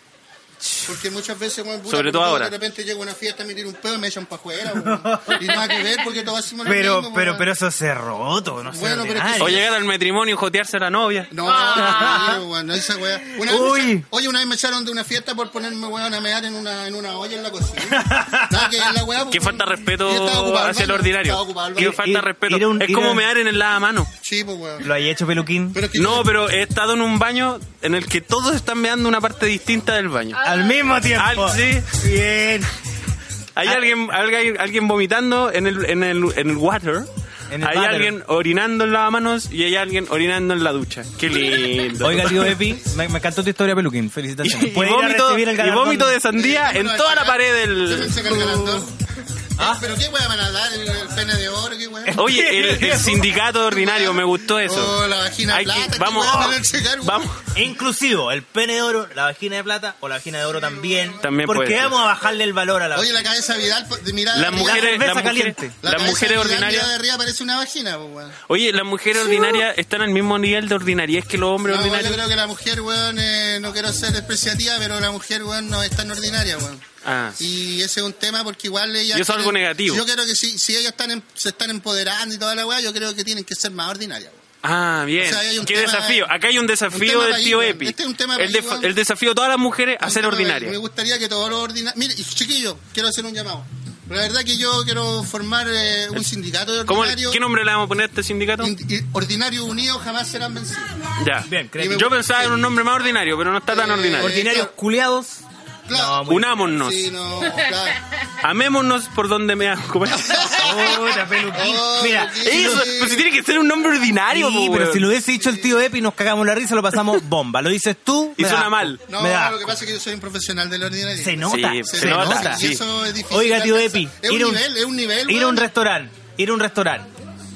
S4: Porque muchas veces, weón, puta,
S1: Sobre todo
S4: porque
S1: ahora.
S4: De repente llego a una fiesta, me tiro un pedo y me echan para afuera, weón. Y nada que ver porque todos hacemos lo
S2: Pero,
S4: mismo,
S2: pero,
S4: weón.
S2: pero eso se roto, no sé.
S4: Bueno, pero es que-
S1: O llegar al matrimonio y jotearse a la novia.
S4: No, no, weón, no, esa weá. Una
S2: Uy.
S4: Vez me echa- oye, una vez me echaron de una fiesta por ponerme, weón, a mear en una, en una olla en la cocina. Nada que la weá, pues,
S1: Que falta
S4: weón.
S1: respeto
S4: Yo estaba ocupado al
S1: hacia el
S4: baño,
S1: ordinario.
S4: estaba ocupado al
S1: Que
S4: baño.
S1: falta
S2: Ir-
S1: respeto.
S2: ir a un-
S1: Es
S2: ir
S1: como
S2: a-
S1: mear en el lavamano.
S4: Sí, pues, weón.
S2: ¿Lo hay hecho peluquín?
S4: Pero es que
S1: No, pero he estado en un baño en el que todos están meando una parte distinta del baño.
S2: Al mismo tiempo.
S1: Al- sí.
S2: Bien.
S1: Hay
S2: Ah.
S1: alguien, alguien, alguien vomitando en el, en el, en el water.
S2: En el
S1: hay
S2: water.
S1: alguien orinando en lavamanos y hay alguien orinando en la ducha. Qué lindo.
S2: Oiga, tío Epi, me, me encantó tu historia, Peluquín. Felicitaciones.
S1: y, y
S2: Puede ir a
S1: vómito,
S2: recibir el
S1: y
S2: galardón.
S1: vómito de sandía
S4: Sí,
S1: en
S4: bueno,
S1: toda la
S4: acá
S1: pared
S4: se
S1: del...
S4: me saca el galardón.
S1: ¿Ah?
S4: Eh, Pero qué weá van a dar, el, el pene de oro, qué weá.
S1: Oye, el,
S2: [LAUGHS]
S1: el sindicato ordinario, me gustó eso.
S4: Oh, la vagina
S1: Hay que-
S4: plata. qué
S1: vamos,
S4: weá van a sacar, weón.
S1: vamos.
S2: Inclusivo, el pene de oro, la vagina de plata o la vagina de oro también.
S1: También
S2: Porque
S1: puede ser.
S2: vamos a bajarle el valor a la
S4: Oye, la cabeza Vidal, de mirar
S1: Las mujeres,
S2: cerveza
S1: las mujeres,
S2: caliente.
S1: las mujeres
S4: de
S1: ordinarias.
S4: arriba parece una vagina, pues, weón.
S1: Oye, las mujeres ordinarias están al mismo nivel de ordinariedad que los hombres
S4: No, weón, yo
S1: ordinarios.
S4: creo que la mujer, weón, eh, no quiero ser despreciativa, pero la mujer, weón, no es tan ordinaria, weón.
S1: Ah.
S4: Y ese es un tema porque igual ellas...
S1: Y eso es algo negativo.
S4: Yo creo que si, si ellas están en- se están empoderando y toda la weá, yo creo que tienen que ser más ordinarias, weón.
S1: Ah, bien.
S4: O sea, hay un
S1: Qué
S4: tema-
S1: desafío. Acá hay un desafío
S4: un tema
S1: del
S4: para
S1: tío
S4: ahí,
S1: Epi.
S4: este es un tema
S1: el,
S4: para ahí,
S1: def-
S4: weón.
S1: el desafío de todas las mujeres a
S4: Un
S1: ser
S4: tema,
S1: ordinarias.
S4: Me gustaría que todos los ordinarios... Mire, y chiquillo, quiero hacer un llamado. La verdad que yo quiero formar eh, un sindicato de
S1: ¿Cómo-
S4: ordinarios.
S1: ¿Qué nombre le vamos a poner a este sindicato?
S4: Ind- y- Ordinarios unidos jamás serán vencidos.
S1: Ya.
S2: Bien,
S4: Y me
S1: Yo
S4: gusta-
S1: pensaba en un nombre más ordinario, pero no está tan
S4: Eh,
S1: ordinario.
S2: Ordinarios culeados.
S4: Claro.
S2: No, muy-
S1: Unámonos.
S4: Sí, no, claro.
S1: Amémonos por donde me hago. [LAUGHS]
S2: Puta, Peluquín.
S4: Oh,
S2: Mira,
S4: Peluquín.
S1: Eso,
S4: Sí.
S1: pues si tiene que ser un nombre ordinario,
S2: Sí,
S1: po,
S2: pero
S1: weón.
S2: si lo hubiese dicho el tío Epi, nos cagamos la risa,
S1: [LAUGHS]
S2: lo pasamos bomba. Lo dices tú.
S1: Y
S2: me
S1: suena
S2: da-
S1: mal.
S4: No,
S2: me da-
S4: lo que pasa es que yo soy un profesional del ordinario.
S2: Se nota,
S1: Sí,
S2: se,
S1: se
S2: nota.
S1: nota,
S4: y
S1: sí.
S4: eso es difícil
S2: Oiga, tío
S4: alcanzar.
S2: Epi,
S4: Es un nivel, es un nivel,
S2: ir a un
S4: weón.
S2: restaurante, ir a un restaurante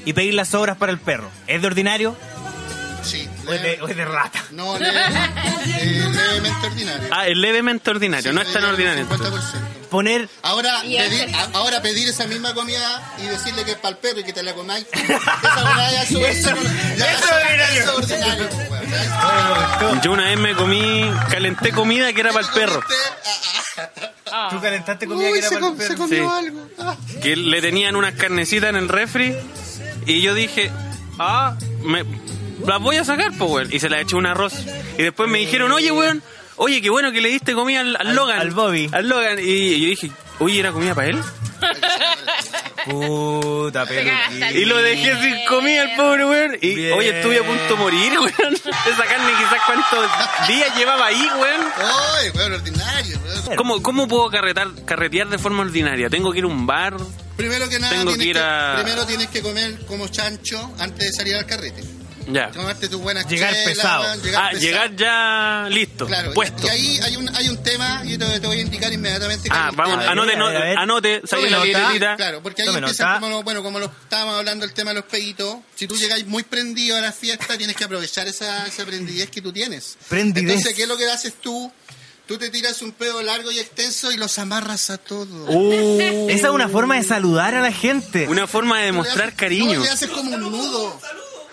S2: y pedir las obras para el perro. ¿Es de ordinario
S4: Sí.
S2: o es de, o es de rata?
S4: No, le-
S2: [LAUGHS]
S4: eh, levemente ordinario.
S1: Ah, es levemente ordinario, no es tan ordinario. entonces.
S4: 50%.
S2: Poner
S4: Ahora
S3: Y
S4: pedir,
S3: hacer-
S4: a- ahora pedir esa misma comida y decirle que es para el perro y que te la comáis. Esa weá ya sube-
S2: Eso-
S4: ya
S2: eso
S4: sube-
S2: ordinario.
S4: eso ordinario, weón.
S1: Yo una vez me comí, calenté comida que era para el perro.
S2: Tú calentaste comida que
S4: ah, Uy,
S2: era
S4: se,
S2: para el
S4: com- se
S2: perro.
S4: comió
S1: Sí.
S4: algo. Ah.
S1: que le tenían unas carnecitas en el refri y yo dije, ah, me, las voy a sacar, pues, weón. Y se las eché un arroz. Y después me dijeron, oye, weón, oye, qué bueno que le diste comida al, al
S2: Al-
S1: Logan.
S2: al Bobby.
S1: Al Logan. Y yo dije, Uy, ¿era comida para él?
S2: Puta,
S3: cagaste.
S1: Y
S2: peluquín.
S1: lo dejé sin comida el pobre weón. Y
S2: Bien.
S1: oye, estuve a punto de morir, [LAUGHS] weón. Esa carne quizás cuántos días llevaba ahí, weón.
S4: ¡Ay, weón, ordinario! weón.
S1: ¿Cómo, cómo puedo carretar, carretear de forma ordinaria? ¿Tengo que ir a un bar?
S4: Primero que nada,
S1: Tengo
S4: tienes
S1: que ir
S4: que-
S1: a-
S4: primero tienes que comer como chancho antes de salir al carrete.
S1: Ya.
S4: Tomarte tus buenas
S2: Llegar
S4: chelas,
S2: pesado.
S4: weón,
S1: Ah,
S4: pesado.
S1: llegar ya listo,
S4: Claro,
S1: puesto.
S4: Y ahí hay un, hay un tema, y te, te voy a indicar inmediatamente. que hay
S1: Ah,
S4: un
S1: vamos,
S4: tema.
S2: ver,
S1: anote,
S2: a ver, a ver.
S1: anote, saque
S4: Tome
S1: la
S4: nota.
S1: libretita.
S4: Claro, porque ahí
S2: Tome
S4: empieza
S2: nota.
S4: como, lo- bueno, como lo estábamos hablando el tema de los peditos. Si tú llegáis muy prendido a la fiesta, tienes que aprovechar esa, esa prendidez que tú tienes.
S2: Prendidez.
S4: Entonces, ¿qué es lo que haces tú? Tú te tiras un pedo largo y extenso y los amarras a todos.
S2: Esa es una forma de saludar a la gente.
S1: Uh, Una forma de demostrar
S4: Le haces- no,
S1: cariño.
S4: le haces como un nudo.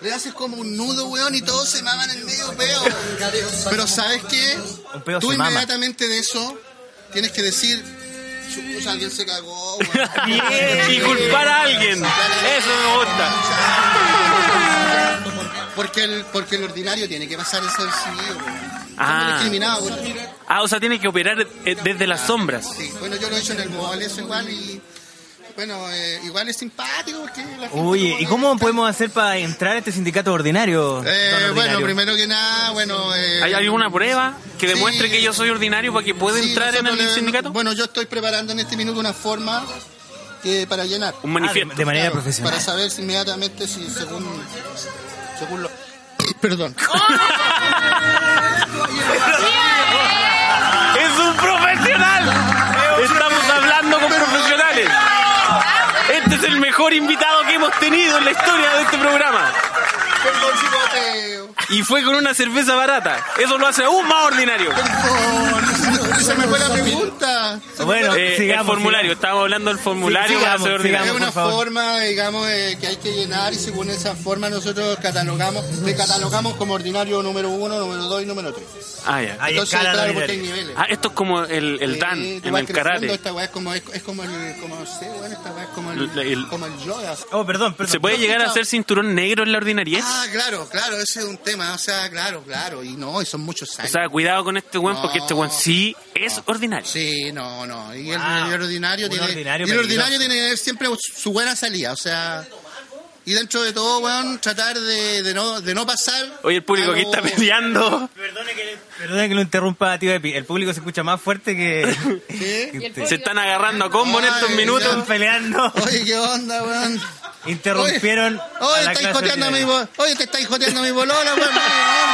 S4: Le haces como un nudo, weón, y todos se maman en medio peo. Pero ¿sabes qué?
S2: Un peo
S4: Tú
S2: se mama.
S4: inmediatamente de eso tienes que decir... "Chucha, alguien se cagó,
S2: [LAUGHS]
S4: weón".
S1: Bien. Y culpar a alguien. Eso me gusta.
S4: Porque el, porque el ordinario tiene que pasar eso decidido.
S1: Ah.
S4: Ah. discriminado. güey.
S1: Ah, o sea, tiene que operar eh, desde las sombras.
S4: Sí, bueno, yo lo he hecho en el móvil, eso igual y. Bueno, eh, igual es simpático porque la gente
S2: Oye,
S4: como
S2: ¿y
S4: que-
S2: cómo podemos hacer para entrar a este sindicato ordinario? don
S4: Eh, bueno,
S2: ordinario?
S4: primero que nada, bueno. eh,
S1: ¿Hay alguna prueba que
S4: Sí.
S1: demuestre que yo soy ordinario para que pueda
S4: sí,
S1: entrar en el
S4: nosotros le-
S1: sindicato?
S4: Bueno, yo estoy preparando en este minuto una forma que para llenar.
S1: Un
S2: Ah, de,
S1: manifiesto.
S2: de manera
S4: Claro,
S2: profesional.
S4: Para saber si inmediatamente si según. Según lo. [COUGHS]
S2: [LAUGHS]
S4: Perdón. Ah,
S1: [LAUGHS] ¡Es un profesional! Estamos hablando con profesionales. Este es el mejor invitado que hemos tenido en la historia de este programa.
S4: Perdón, chicoteo.
S1: Y fue con una cerveza barata. Eso lo hace aún más ordinario.
S4: Perdón. Se me fue la pregunta. Se me
S2: Bueno,
S4: fue la-
S1: Eh, el
S2: sigamos,
S1: formulario,
S2: sigamos.
S1: estábamos hablando del formulario
S2: Sí, sigamos,
S1: para ser ordinario.
S4: Es
S2: sigamos.
S4: una
S2: por favor.
S4: forma, digamos, eh, que hay que llenar y según esa forma nosotros catalogamos, te catalogamos como ordinario número uno, número dos y número tres.
S1: Ah, ya.
S2: Hay
S4: Entonces,
S2: escala de
S4: claro,
S2: ordinario.
S4: porque hay niveles.
S1: Ah, esto es como el, el Dan
S4: Eh, tú
S1: en
S4: vas
S1: el
S4: creciendo,
S1: karate.
S4: Esta weá es como, es, es como el, como, no sé, weón, esta weá es como el,
S1: El- el-
S4: como el yoga.
S2: Oh, perdón, perdón.
S1: ¿Se puede llegar a hacer cinturón negro en la ordinariedad?
S4: Ah, claro, claro, ese es un tema, o sea, claro, claro, y no, y son muchos
S1: O
S4: años.
S1: sea, cuidado con este weón porque este weón
S4: No.
S1: sí es ordinario.
S4: Sí, no, no. Y el,
S2: Wow.
S4: y el ordinario
S2: Un
S4: tiene.
S2: ordinario
S4: y el
S2: peligroso.
S4: ordinario tiene que tener siempre su buena salida, o sea. Y dentro de todo, weón, tratar de, de no, de no pasar.
S1: Oye, el público
S4: a
S1: aquí
S4: lo-
S1: está peleando.
S2: Perdone que, le... Perdone que lo interrumpa, tío Epi. El público se escucha más fuerte que...
S4: [LAUGHS] ¿Sí?
S3: Y el
S1: Se están agarrando a combo en estos
S4: Ay,
S1: minutos.
S2: Están peleando.
S4: [LAUGHS] Oye, ¿qué onda, weón?
S2: Interrumpieron
S4: Oye,
S2: a
S4: Oye,
S2: la
S4: estáis
S2: clase
S4: joteando a mi
S2: ordinaria.
S4: bo- Oye, te estáis joteando a mi bolola,
S1: [LAUGHS]
S4: weón. Oye, weón.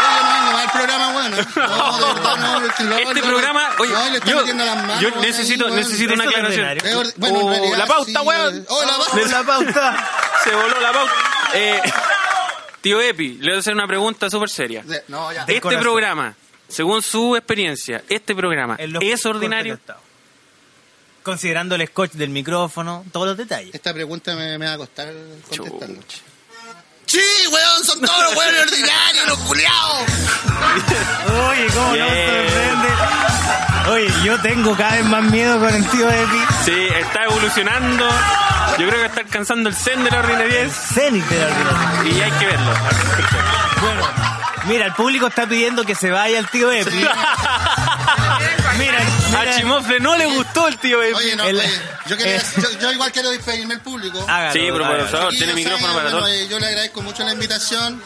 S4: Oye, no vengo más al programa, weón. No, de verdad, no, porque lo-
S1: Este
S4: lo-
S1: programa, oye,
S4: no, le estoy
S1: yo,
S4: metiendo las manos,
S1: yo
S4: weón,
S1: necesito,
S4: ahí, weón.
S1: necesito una
S2: Eso es
S1: aclaración.
S2: ordinario.
S4: Es orde- Bueno, en
S1: Oh,
S4: realidad,
S1: la pauta,
S4: sí,
S1: weón.
S4: Oh, [LAUGHS] la pauta.
S2: La pauta.
S1: Se voló la
S2: [LAUGHS]
S1: pauta. Eh, tío Epi, le voy a hacer una pregunta súper seria.
S4: De- No, ya.
S2: De-
S1: Este
S2: corazón.
S1: programa, según su experiencia, este programa
S2: En los
S1: es ordinario.
S2: cortes de estado. Considerando el scotch del micrófono, todos los detalles.
S4: Esta pregunta me, me va a costar contestarla.
S1: Chuch.
S4: Sí, weón, son todos los weones ordinarios, los culiados.
S2: Oye, cómo
S1: Yeah.
S2: no sorprende. Oye, yo tengo cada vez más miedo con el tío Epi.
S1: Sí, está evolucionando. Yo creo que está alcanzando el zen de la ordinariedad
S2: Zenith de la ordinaria.
S1: y hay que verlo.
S2: Bueno, mira, el público está pidiendo que se vaya el tío Epi. [LAUGHS] Mira,
S1: A
S2: mira.
S1: Chimofle no le gustó [LAUGHS] el Ah, tío Epi.
S4: Oye, no,
S2: El-
S4: oye, yo, quería-
S2: eh.
S4: yo, yo igual quiero despedirme al público.
S2: Hágalo,
S1: Sí, pero por
S2: hágalo.
S1: favor, tiene
S4: Chiquillos,
S1: micrófono
S4: ¿saben?
S1: para
S4: Bueno,
S1: todos.
S4: eh, Yo le agradezco mucho la invitación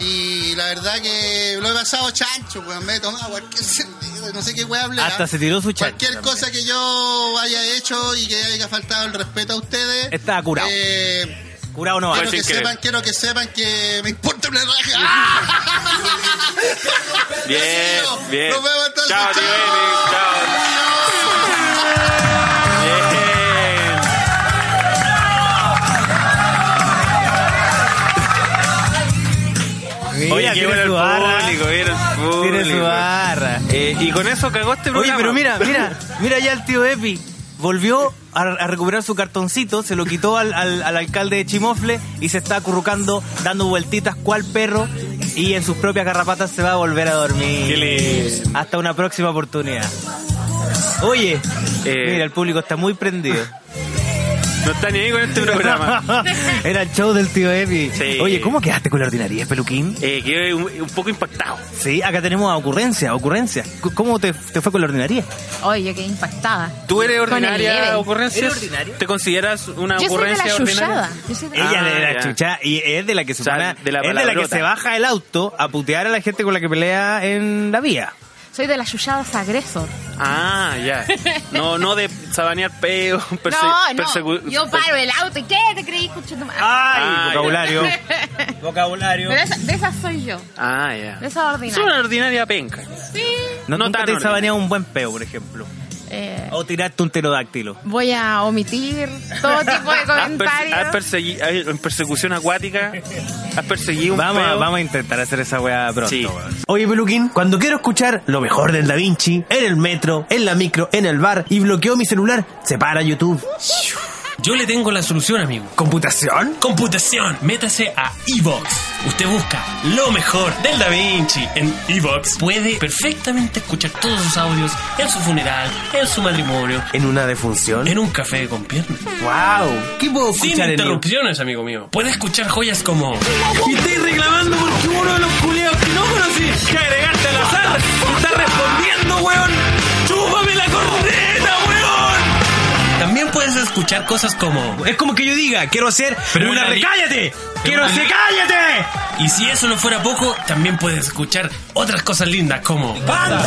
S4: y la verdad que lo he pasado chancho, weón. Me he tomado cualquier [LAUGHS] sentido, no sé qué weón hablar. ¿ah?
S2: Hasta se tiró su chancho
S4: Cualquier
S2: también.
S4: cosa que yo haya hecho y que haya faltado el respeto a ustedes.
S2: Está curado.
S4: eh,
S2: Curado no va.
S4: quiero
S1: sin
S4: que
S1: querer.
S4: sepan, quiero que sepan que me importa una raja.
S1: [LAUGHS]
S4: ¡Ah!
S1: Bien,
S4: Chiquillos,
S1: bien.
S4: Nos vemos entonces.
S1: Chao, tío Epi. Chao. Bien.
S2: Mira,
S1: Oye, qué
S2: tiene
S1: bueno el
S2: su barra.
S1: público, mira el público.
S2: Tiene su barra.
S1: Eh, y con eso cagó este programa.
S2: Oye, pero mira,
S1: [LAUGHS]
S2: mira, mira ya el tío Epi. Volvió a, a recuperar su cartoncito, se lo quitó al, al- al alcalde de Chimofle y se está acurrucando, dando vueltitas cual perro y en sus propias garrapatas se va a volver a
S1: Qué
S2: dormir.
S1: lindo.
S2: Hasta una próxima oportunidad. Oye,
S1: Eh.
S2: mira, el público está muy prendido.
S1: No está ni ahí con este [LAUGHS]
S3: [LAUGHS]
S1: programa.
S2: [LAUGHS] Era el show del tío Epi.
S1: Sí.
S2: Oye, ¿cómo quedaste con la ordinaria, peluquín?
S1: Eh, quedé un, un poco impactado.
S2: Sí, acá tenemos a ocurrencia, ocurrencia. C- ¿Cómo te, te fue con la ordinaria?
S3: Oye, yo quedé impactada.
S1: ¿Tú eres
S3: Con el
S1: ordinaria
S3: nivel.
S1: ocurrencia?
S2: ¿Eres ordinario?
S1: ¿Te consideras una
S3: Yo soy de
S1: ocurrencia
S3: la chuchada.
S1: ordinaria?
S3: Yo soy de la-
S2: Ella
S1: Ah,
S2: de la
S1: ya.
S2: chucha y es de la que se
S1: O sea,
S2: para-
S1: de la
S2: es de la que
S1: palabrota.
S2: se baja el auto a putear a la gente con la que pelea en la vía.
S3: Soy de las chuchadas agresor.
S1: Ah, ya. No, no de sabanear peo, [LAUGHS] perse-
S3: no, no.
S1: persecu-
S3: Yo paro el auto. ¿Y qué te creí, escuchando?
S2: Ay,
S1: Ah, [LAUGHS]
S2: vocabulario. vocabulario.
S3: Pero esa- de esas soy yo.
S1: Ah, ya.
S3: De esas
S1: Es
S3: ordinarias.
S1: una ordinaria penca.
S3: Sí.
S2: No,
S1: No
S2: nunca
S1: tan
S2: te
S1: ordinario.
S2: sabaneado un buen peo, por ejemplo.
S3: Eh,
S2: O tiraste un pterodáctilo.
S3: voy a omitir
S1: [LAUGHS]
S3: todo tipo de
S1: ¿Has, Ah, perse- has
S3: comentarios.
S1: persegui- has- en persecución acuática? ¿Has perseguido un
S2: Vamos, a-
S1: peo?
S2: vamos a intentar hacer esa weá pronto.
S1: Sí.
S2: weón. Oye, Peluquín, cuando quiero escuchar lo mejor del Da Vinci, en el metro, en la micro, en el bar, y bloqueo mi celular, se para YouTube.
S5: Yo le tengo la solución, amigo.
S2: ¿Computación?
S5: Computación, métase a Evox. Usted busca lo mejor del Da Vinci en Evox. Puede perfectamente escuchar todos sus audios en su funeral, en su matrimonio,
S2: ¿En una defunción?
S5: en un café con piernas.
S2: ¡Wow! ¿Qué puedo
S5: Sin
S2: escuchar en YouTube?
S5: interrupciones, amigo mío. Puede escuchar joyas como...
S6: Y estáis reclamando porque uno de los culiados que no conocí que agregaste al azar está respondiendo, weón. ¡Chúpame la corneta, weón!
S5: También puedes escuchar cosas como...
S2: Es como que yo diga, quiero hacer
S5: Pero
S2: una
S5: una li-
S2: recállate.
S5: Pero
S2: ¡Quiero
S5: una
S2: hacer
S5: li-
S2: cállate!
S5: Y si eso no fuera poco, también puedes escuchar otras cosas lindas como...
S6: ¡Banda!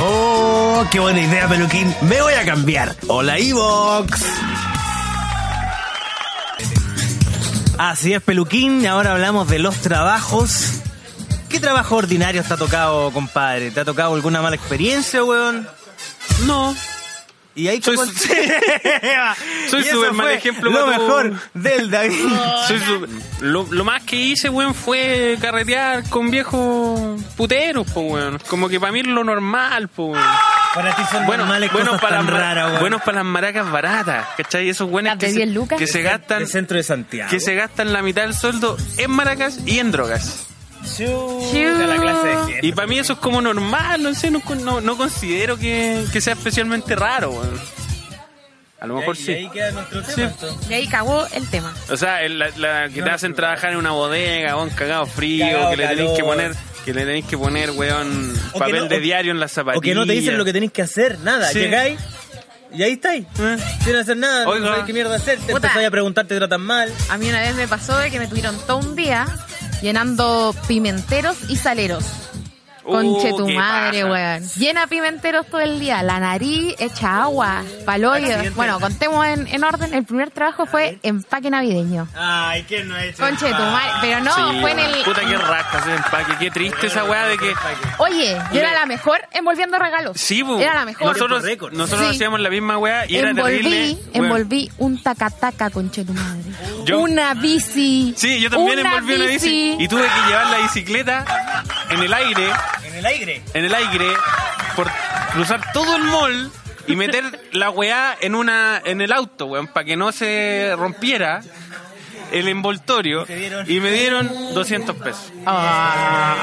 S2: ¡Oh, qué buena idea, Peluquín! Me voy a cambiar. Hola, Evox. Así es, Peluquín. Ahora hablamos de los trabajos. ¿Qué trabajo ordinario te ha tocado, compadre? ¿Te ha tocado alguna mala experiencia, weón?
S1: No.
S2: Y ahí
S1: Soy
S2: como-
S1: su- [LAUGHS]
S2: [LAUGHS] Y eso
S1: súper mal
S2: fue
S1: ejemplo
S2: Lo
S1: para tu-
S2: mejor del David.
S1: Soy su- lo, lo más que hice, weón, fue carretear con viejos puteros, po, weón. Como que para mí es lo normal, po, weón.
S2: Para ti son
S1: Bueno,
S2: normales
S1: bueno
S2: cosas
S1: para,
S2: tan
S1: las ma-
S2: raras, weón.
S1: buenos para las maracas baratas, ¿cachai? Esos buenos
S3: Las
S1: que
S3: de
S1: se,
S3: 10 lucas.
S1: que se gastan
S2: Del centro de Santiago.
S1: que se gastan la mitad del sueldo en maracas y en drogas.
S2: Chuta, la clase de gente.
S1: Y para mí eso es como normal, no sé, no, con- no, no considero que, que sea especialmente raro, weón. A lo mejor
S2: Y
S1: sí.
S2: ahí queda nuestro tema,
S1: Sí.
S2: entonces.
S3: Y ahí cagó el tema.
S1: O sea, el- la, la que te
S2: No,
S1: hacen
S2: no.
S1: trabajar en una bodega, weón, cagado frío,
S2: Cagado
S1: que le tenéis que
S2: calor.
S1: poner, que le tenéis que poner, weón,
S2: O que
S1: papel
S2: no-
S1: de
S2: o-
S1: diario en las zapatillas.
S2: O que no te dicen lo que tenés que hacer, nada.
S1: Sí.
S2: Llegáis y ahí estáis.
S1: Eh.
S2: Sin hacer nada,
S1: Oiga.
S2: no sabéis qué mierda hacer. Te
S3: Puta.
S2: empezáis a preguntar, te tratan mal.
S3: A mí una vez me pasó de que me tuvieron todo un día llenando pimenteros y saleros.
S1: Uh,
S3: Conche tu
S1: qué
S3: madre,
S1: paja.
S3: weón. Llena pimenteros todo el día, la nariz hecha agua, paloyo. Bueno, contemos en, en orden. El primer trabajo fue empaque navideño.
S2: Ay, ¿quién no ha hecho?
S3: Conche tu madre. Pero no,
S1: Sí,
S3: fue en
S1: weón.
S3: el.
S1: Puta que rasca ese empaque, qué triste esa weá de que...
S3: Oye, yo era la mejor envolviendo regalos.
S1: Sí, bu.
S3: Era la mejor.
S1: Nosotros,
S2: Récord.
S1: nosotros
S3: Sí.
S1: hacíamos la misma weá y era
S3: envolví,
S1: terrible. weón.
S3: envolví un tacataca, conche tu madre.
S1: Yo-
S3: una bici.
S1: Sí, yo también envolví una bici y tuve que llevar la bicicleta en el aire,
S2: En el aire.
S1: en el aire, por cruzar todo el mall y meter la weá en una, en el auto, weón, para que no se rompiera el envoltorio
S2: dieron-
S1: y me dieron 200 pesos.
S3: Ah,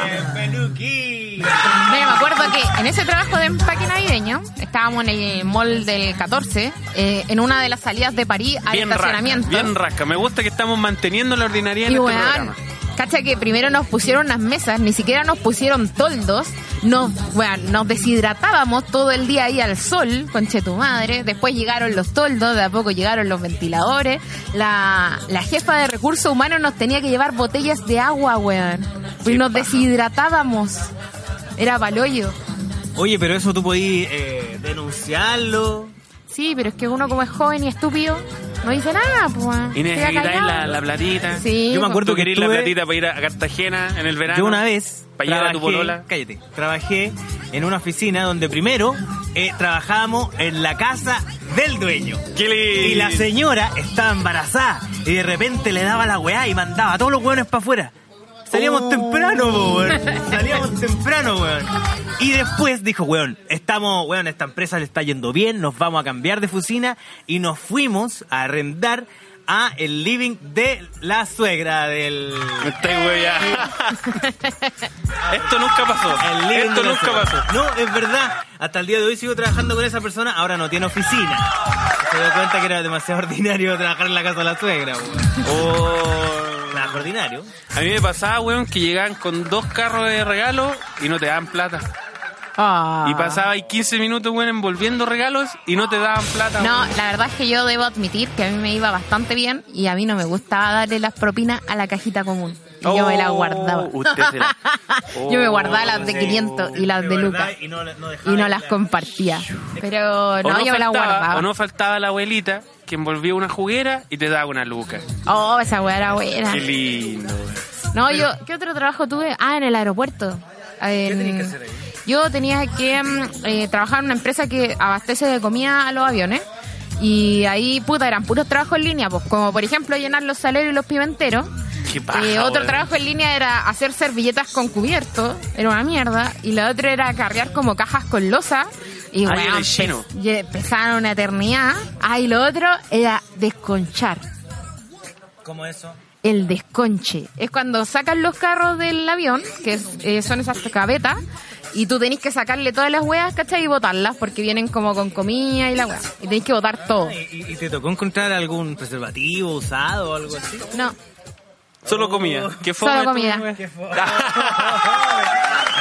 S3: Mira, me acuerdo que en ese trabajo de empaque navideño, estábamos en el mall del 14, eh, en una de las salidas de París al
S1: Bien rasca,
S3: estacionamiento.
S1: bien rasca. Me gusta que estamos manteniendo la ordinaria en
S3: y
S1: este
S3: weón,
S1: programa.
S3: cacha que primero nos pusieron las mesas, ni siquiera nos pusieron toldos, nos, weón, nos deshidratábamos todo el día ahí al sol, conche tu madre, después llegaron los toldos, de a poco llegaron los ventiladores, la, la jefa de recursos humanos nos tenía que llevar botellas de agua, weón, y nos deshidratábamos, era paloyo.
S2: Oye, pero eso tú podís eh, denunciarlo.
S3: Sí, pero es que uno como es joven y estúpido, no dice nada, pues.
S1: Y necesitáis la, la platita.
S3: Sí, pues.
S2: Yo me
S3: po.
S2: acuerdo
S1: Tú querés
S2: que
S1: la
S2: tuve-
S1: platita para ir a Cartagena en el verano.
S2: Yo una vez
S1: Para llegar a tu polola.
S2: cállate, trabajé en una oficina donde primero eh, trabajábamos en la casa del dueño.
S1: ¿Qué le-
S2: Y la señora estaba embarazada y de repente le daba la weá y mandaba a todos los weones para afuera. Salíamos
S1: Oh.
S2: temprano, po, weón. Salíamos temprano, weón. Y después dijo, weón, estamos, weón, esta empresa le está yendo bien, nos vamos a cambiar de oficina y nos fuimos a arrendar a el living de la suegra del...
S1: Me estáis weyando. Este Esto nunca pasó.
S2: [LAUGHS] el living
S1: Esto
S2: de la
S1: nunca
S2: suegra.
S1: pasó.
S2: No, es verdad. Hasta el día de hoy sigo trabajando con esa persona. Ahora no tiene oficina. Se dio cuenta que era demasiado [LAUGHS] ordinario trabajar en la casa de la suegra. weón.
S1: Oh.
S2: Trabajo ordinario.
S1: A mí me pasaba, weón, que llegaban con dos carros de regalo y no te daban plata.
S3: Ah.
S1: Y pasaba ahí 15 minutos, weón, envolviendo regalos y no te daban plata.
S3: No,
S1: weón.
S3: la verdad es que yo debo admitir que a mí me iba bastante bien y a mí no me gustaba darle las propinas a la cajita común. Y Yo me las
S1: Oh,
S3: guardaba.
S1: usted se la-
S3: [LAUGHS]
S1: Oh.
S3: Yo me guardaba las de
S2: Sí.
S3: 500 y las de
S2: verdad,
S3: Lucas.
S2: Y no, no
S3: Y
S2: dejaba
S3: no
S2: que
S3: las
S2: la-
S3: compartía. Pero no,
S1: O
S3: yo me las
S1: faltaba-
S3: guardaba.
S1: O no faltaba la abuelita que envolvía una juguera y te daba una luca.
S3: Oh, esa weá era buena.
S1: Qué lindo, weón.
S3: No, yo, ¿qué otro trabajo tuve? Ah, en el aeropuerto. En- Yo tenía que mm, eh, trabajar en una empresa que abastece de comida a los aviones. Y ahí, puta, eran puros trabajos en línea, pues, como por ejemplo llenar los saleros y los pimenteros.
S1: Qué paja,
S3: Eh, otro
S1: weón.
S3: trabajo en línea era hacer servilletas con cubierto, era una mierda. Y la otra era cargar como cajas con losa. Y
S1: Ah,
S3: bueno,
S1: y era chino.
S3: empezaron una eternidad. Ah, y lo otro era desconchar.
S2: ¿Cómo eso?
S3: El desconche. Es cuando sacan los carros del avión, que es- eh, son esas cabetas, y tú tenés que sacarle todas las hueas, ¿cachai? Y botarlas, porque vienen como con comida y la hueá. Y tenés que botar todo.
S2: ¿Y, y- y te tocó encontrar algún preservativo usado o algo así?
S3: No,
S1: Solo
S2: Oh.
S1: comida. ¿Qué fue?
S3: Solo comida.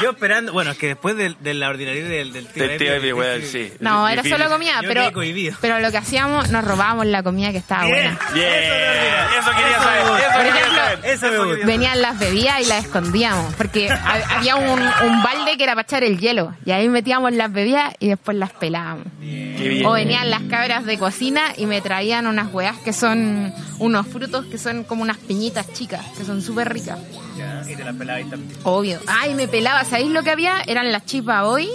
S2: Yo esperando, bueno, es que después del- de, la ordinaria del, del tío
S1: Del
S2: Epi,
S1: tío Epi, weón,
S2: difícil.
S1: sí.
S3: no, era
S1: Difícil.
S3: solo comida,
S2: Yo
S3: pero,
S2: quedé cohibido.
S3: pero lo que hacíamos, nos robábamos la comida que estaba
S2: Bien.
S3: buena.
S1: Yeah. Eso quería
S2: Eso
S1: saber.
S2: me gusta.
S1: Eso
S3: Por
S1: quería
S3: ejemplo,
S1: saber.
S2: Eso me gusta.
S3: Venían las bebidas y las escondíamos, porque ha- había un, un balde que era para echar el hielo, y ahí metíamos las bebidas y después las pelábamos.
S1: Qué bien.
S3: O venían las cabras de cocina y me traían unas hueás que son unos frutos que son como unas piñitas chicas, que son súper ricas.
S2: Ya, y te la pelaba y también.
S3: Obvio. Ay, me pelaba, ¿sabéis lo que había? Eran las chipas hoy,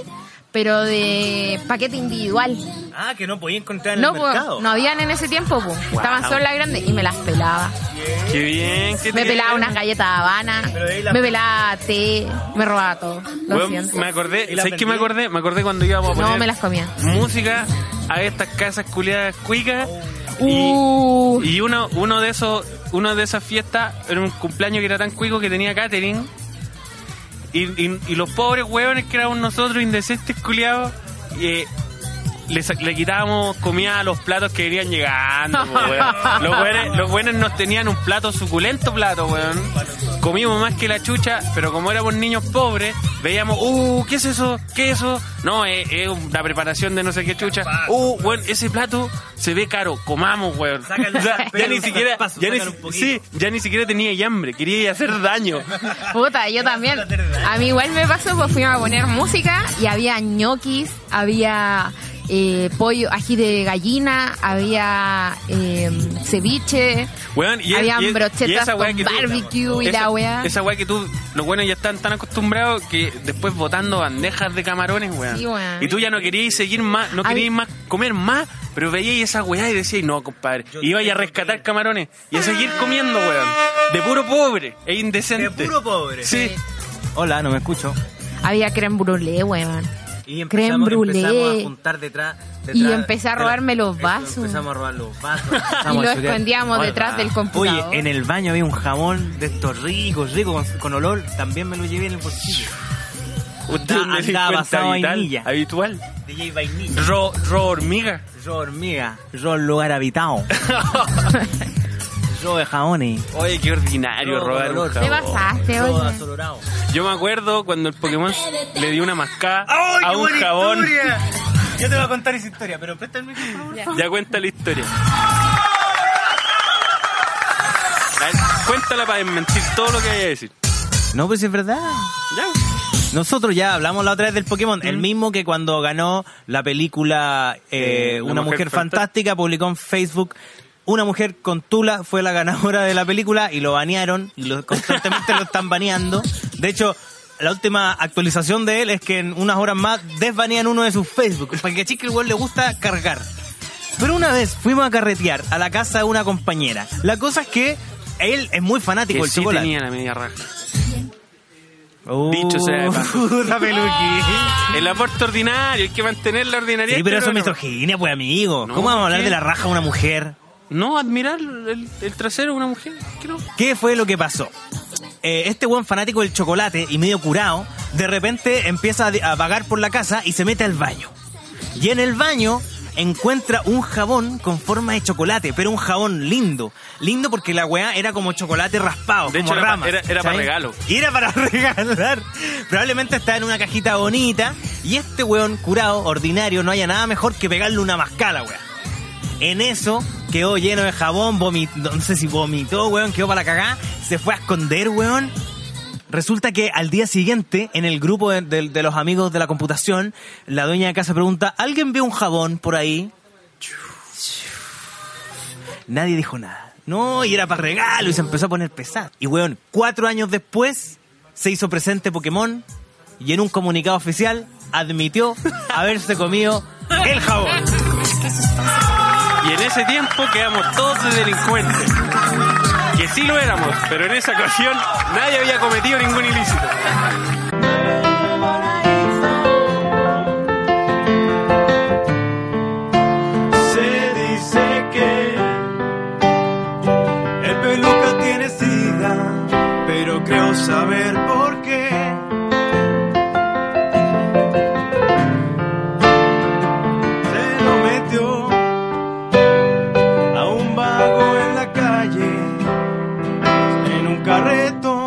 S3: pero de paquete individual.
S2: Ah, que no podía encontrar en
S3: No,
S2: el
S3: po,
S2: mercado.
S3: no habían en ese tiempo, po. estaban solo las grandes y me las pelaba.
S1: Qué bien. qué
S3: Me
S1: bien.
S3: pelaba unas galletas Habana,
S2: Pero de ahí la-
S3: me pelaba té, me robaba todo. Lo
S1: Weón,
S3: siento.
S1: me acordé,
S2: ¿Y la
S1: ¿sabes qué me
S2: perdí?
S1: acordé? Me acordé cuando íbamos a
S3: No,
S1: poner
S3: me las comía.
S1: música a estas casas culiadas cuicas
S3: Uh.
S1: y, y uno, uno de esos, uno de esas fiestas era un cumpleaños que era tan cuico que tenía catering y, y- y los pobres hueones que éramos nosotros indecentes culiados eh, le, sa- le quitábamos comida a los platos que venían llegando. po, weón. Los, buenos, los buenos nos tenían un plato suculento plato, weón. Comimos más que la chucha, pero como éramos niños pobres, veíamos, uh, ¿qué es eso? ¿Qué es eso? No, es es una preparación de no sé qué chucha. Uh, weón, ese plato se ve caro, comamos, weón.
S2: Sácale
S1: O sea,
S2: un
S1: [LAUGHS] ya
S2: pelo,
S1: ni siquiera,
S2: paso,
S1: ya ni,
S2: sácale un poquito.
S1: sí, ya ni siquiera tenía hambre, quería ir a hacer daño.
S3: Puta, yo también. A mí igual me pasó, pues fuimos a poner música y había ñoquis, había eh, pollo, ají de gallina, había eh, ceviche,
S1: Weón, y es-
S3: habían
S1: y es-
S3: brochetas
S1: y esa
S3: con
S1: weá que tú-
S3: barbecue y
S1: esa-
S3: la weá.
S1: Esa weá que tú, los buenos ya están tan acostumbrados que después botando bandejas de camarones, weón.
S3: Sí, weón.
S1: Y tú ya no querías seguir más, no
S3: Ay.
S1: querías más comer más, pero veías esa weá y decías, no, compadre,
S2: Yo
S1: iba a ir a
S2: tengo que
S1: rescatar
S2: ir.
S1: camarones y a seguir comiendo, weón. De puro pobre e indecente.
S2: De puro pobre.
S1: Sí.
S2: Hola, no me escucho.
S3: había creme brûlée, weón.
S2: Y
S3: Creme
S2: empezamos, empezamos a
S3: brûlée.
S2: juntar detrás,
S3: Y
S2: detrás-
S3: empecé a robarme los
S2: Eso,
S3: vasos.
S2: Empezamos a robar los
S3: [LAUGHS]
S2: vasos.
S3: Y
S2: empezamos
S3: lo
S2: a chorear.
S3: escondíamos
S1: Hola.
S3: detrás del computador.
S2: Oye, en el baño había un jamón de estos ricos, ricos, con, con olor. También me lo llevé en el bolsillo.
S1: Usted
S2: Andaba-
S1: es un
S2: andaba
S1: delincuente
S2: basado en
S1: vital,
S2: vainilla.
S1: habitual.
S2: DJ Vainilla.
S1: Ro, ro hormiga.
S2: Yo hormiga, yo lugar habitado. yo de jaones.
S1: [LAUGHS] Oye, qué ordinario
S2: No,
S1: robar un
S2: dolor.
S3: Te
S1: jabón.
S3: pasaste,
S2: Yo
S3: oye.
S2: asolorado.
S1: Yo me acuerdo cuando el Pokémon le dio una mascada a un jabón.
S2: Yo te voy a contar esa historia, pero presta el micrófono. por favor.
S1: Ya cuenta la historia. A ver, Cuéntala para desmentir todo lo que vaya a decir.
S2: No, pues es verdad.
S1: Ya.
S2: Nosotros ya hablamos la otra vez del Pokémon, el mismo que cuando ganó la película
S1: Eh,
S2: eh,
S1: La
S2: Una Mujer,
S1: Mujer
S2: Fantástica, publicó en Facebook. Una mujer con tula fue la ganadora de la película y lo banearon y lo, constantemente lo están baneando. De hecho, la última actualización de él es que en unas horas más desbanean uno de sus Facebook, porque chica igual le gusta cargar. Pero una vez fuimos a carretear a la casa de una compañera. La cosa es que él es muy fanático
S1: Que
S2: del
S1: sí
S2: chocolate.
S1: tenía la media raja.
S2: Oh,
S1: Dicho sea de paso. [LAUGHS]
S2: puta peluquín.
S1: El aporte ordinario, hay que mantener la ordinariedad.
S2: Sí, pero eso es
S1: bueno.
S2: misoginia, pues, amigo.
S1: Este No,
S2: ¿Cómo vamos a
S1: ¿por
S2: hablar
S1: qué?
S2: de la raja a una mujer?
S1: No, admirar el, el trasero de una mujer. ¿Qué no?
S2: ¿Qué fue lo que pasó? Eh, este buen fanático del chocolate y medio curado, de repente empieza a, de- a vagar por la casa y se mete al baño. Y en el baño encuentra un jabón con forma de chocolate, pero un jabón lindo. Lindo porque la weá era como chocolate raspado,
S1: De
S2: como
S1: hecho, era pa-
S2: ramas,
S1: era- era pa'
S2: ¿cachai?
S1: regalo.
S2: Y era para [LAUGHS] regalar. Probablemente está en una cajita bonita y este weón curado, ordinario, no haya nada mejor que pegarle una mascada, weá. En eso quedó lleno de jabón, vomitó, no sé si vomitó, weón, quedó para la cagá, se fue a esconder, weón. Resulta que al día siguiente, en el grupo de, de- de los amigos de la computación, la dueña de casa pregunta, ¿alguien vio un jabón por ahí? Nadie dijo nada. No, y era para regalo y se empezó a poner pesado. Y weón, cuatro años después se hizo presente Pokémon y en un comunicado oficial admitió [LAUGHS] haberse comido el jabón.
S1: Y en ese tiempo quedamos todos de delincuentes. Que sí lo éramos, pero en esa ocasión nadie había cometido ningún ilícito.
S6: Se dice que el peluca tiene sida, pero creo saber por qué. Se lo metió a un vago en la calle, en un carreto.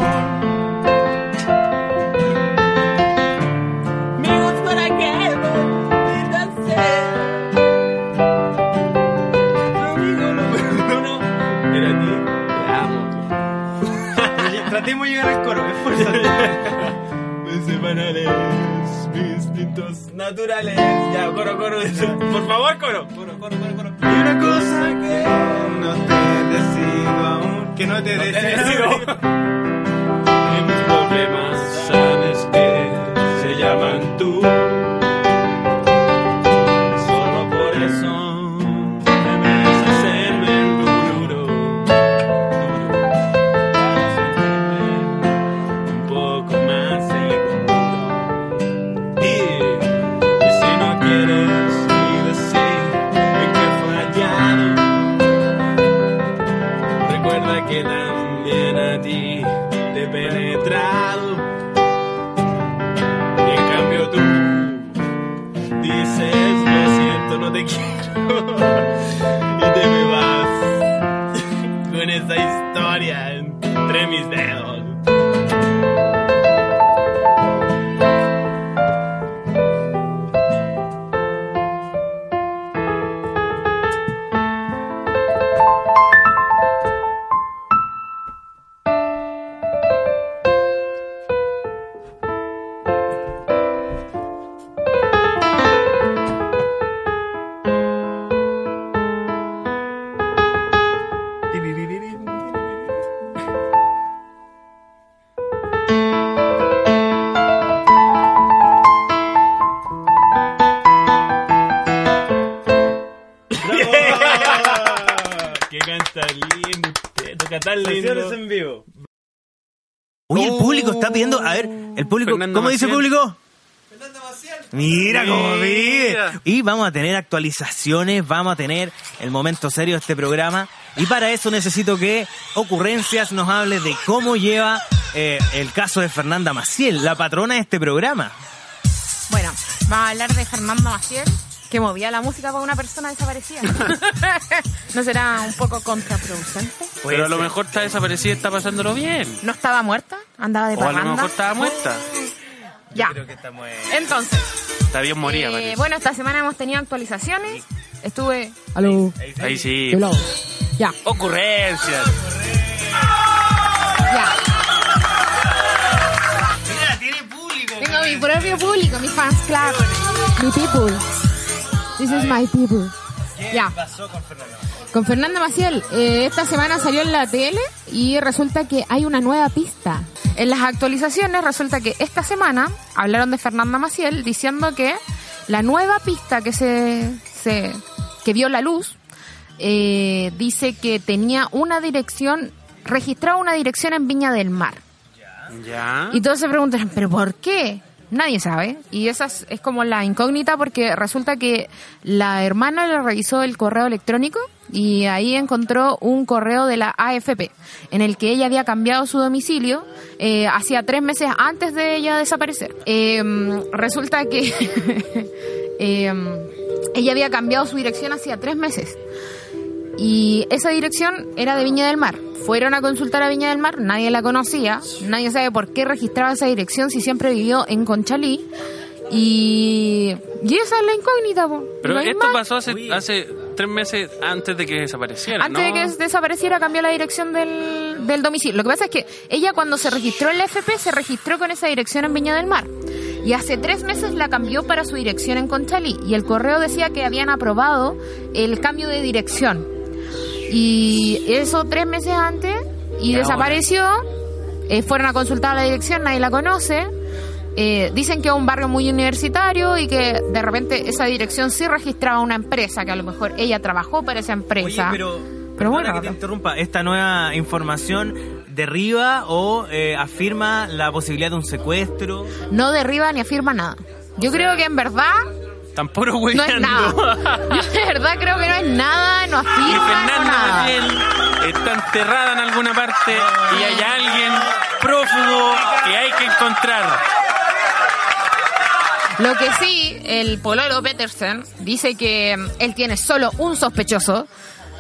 S6: [LAUGHS] Tratemos de llegar al coro, esfuérzate. Mis semanales, mis instintos naturales. Ya, coro, coro. Por favor, coro. Coro, coro, coro, coro. Y una cosa que no te decido aún. Que no te decido. Mis problemas, sabes que se llaman tú. Solo por eso debes hacerme el duro. Un poco más el conjunto. Y si no quieres ni decir en que he fallado, recuerda que también a ti te he penetrado. Y en cambio tú dices lo siento, no te quiero y te me vas con esa historia entre mis dedos. ¡Qué Ah, canta lindo usted! Toca tan lindo.
S7: en vivo.
S2: Oye, el público está pidiendo. A ver, el público.
S1: Fernando
S2: ¿Cómo dice el
S1: Maciel.
S2: público? Mira cómo vive.
S1: Mira.
S2: Y vamos a tener actualizaciones, vamos a tener el momento serio de este programa. Y para eso necesito que Ocurrencias nos hable de cómo lleva eh, el caso de Fernanda Maciel, la patrona de este programa.
S3: Bueno, vamos a hablar de Fernando Maciel, que movía la música con una persona [LAUGHS] desaparecida. ¿No será un poco contraproducente?
S1: Pero a lo mejor está desaparecida y está pasándolo bien.
S3: ¿No estaba muerta? ¿Andaba de
S1: O a lo
S3: parranda?
S1: mejor estaba muerta.
S3: Ya. Entonces,
S1: Está bien
S3: eh,
S1: moría, parece.
S3: bueno, esta semana hemos tenido actualizaciones. Estuve...
S1: Ahí sí.
S3: Ya,
S1: Ocurrencias.
S3: ya. Tengo mi propio público, mi fans club. Mi people. This is my people. Ya. Con Fernanda Maciel, eh, esta semana salió en la tele y resulta que hay una nueva pista. En las actualizaciones resulta que esta semana hablaron de Fernanda Maciel diciendo que la nueva pista que se, se- que vio la luz eh, dice que tenía una dirección, registraba una dirección en Viña del Mar.
S1: Ya.
S3: Y todos se preguntan, ¿pero por qué? Nadie sabe. Y esa es, es como la incógnita porque resulta que la hermana le revisó el correo electrónico y ahí encontró un correo de la AFP en el que ella había cambiado su domicilio eh, hacía tres meses antes de ella desaparecer. Eh, resulta que [LAUGHS] eh, ella había cambiado su dirección hacía tres meses. Y esa dirección era de Viña del Mar. Fueron a consultar a Viña del Mar, nadie la conocía, nadie sabe por qué registraba esa dirección si siempre vivió en Conchalí. Y, y esa es la incógnita. po.
S1: Pero
S3: No hay
S1: esto
S3: más.
S1: pasó hace, hace tres meses antes de que desapareciera,
S3: Antes
S1: ¿no?
S3: de que desapareciera, cambió la dirección del, del domicilio. Lo que pasa es que ella cuando se registró en la FP se registró con esa dirección en Viña del Mar. Y hace tres meses la cambió para su dirección en Conchalí. Y el correo decía que habían aprobado el cambio de dirección. Y eso tres meses antes y
S1: Ya,
S3: desapareció. Eh, fueron a consultar la dirección, nadie la conoce. Eh, dicen que es un barrio muy universitario y que de repente esa dirección sí registraba una empresa, que a lo mejor ella trabajó para esa
S2: Oye,
S3: empresa.
S2: pero,
S3: Pero
S2: pero
S3: bueno,
S2: que te
S3: acá.
S2: interrumpa, ¿esta nueva información derriba o eh, afirma la posibilidad de un secuestro?
S3: no derriba ni afirma nada. Yo creo que en verdad
S1: Tampoco, güey. [LAUGHS]
S3: no es nada. Yo de verdad creo que no es nada, no
S1: Y
S3: afirma no
S1: Fernanda
S3: nada.
S1: Gabriel está enterrada en alguna parte
S3: Ah.
S1: y hay alguien prófugo que hay que encontrar.
S3: Lo que sí, el pololo Petersen dice que mm, él tiene solo un sospechoso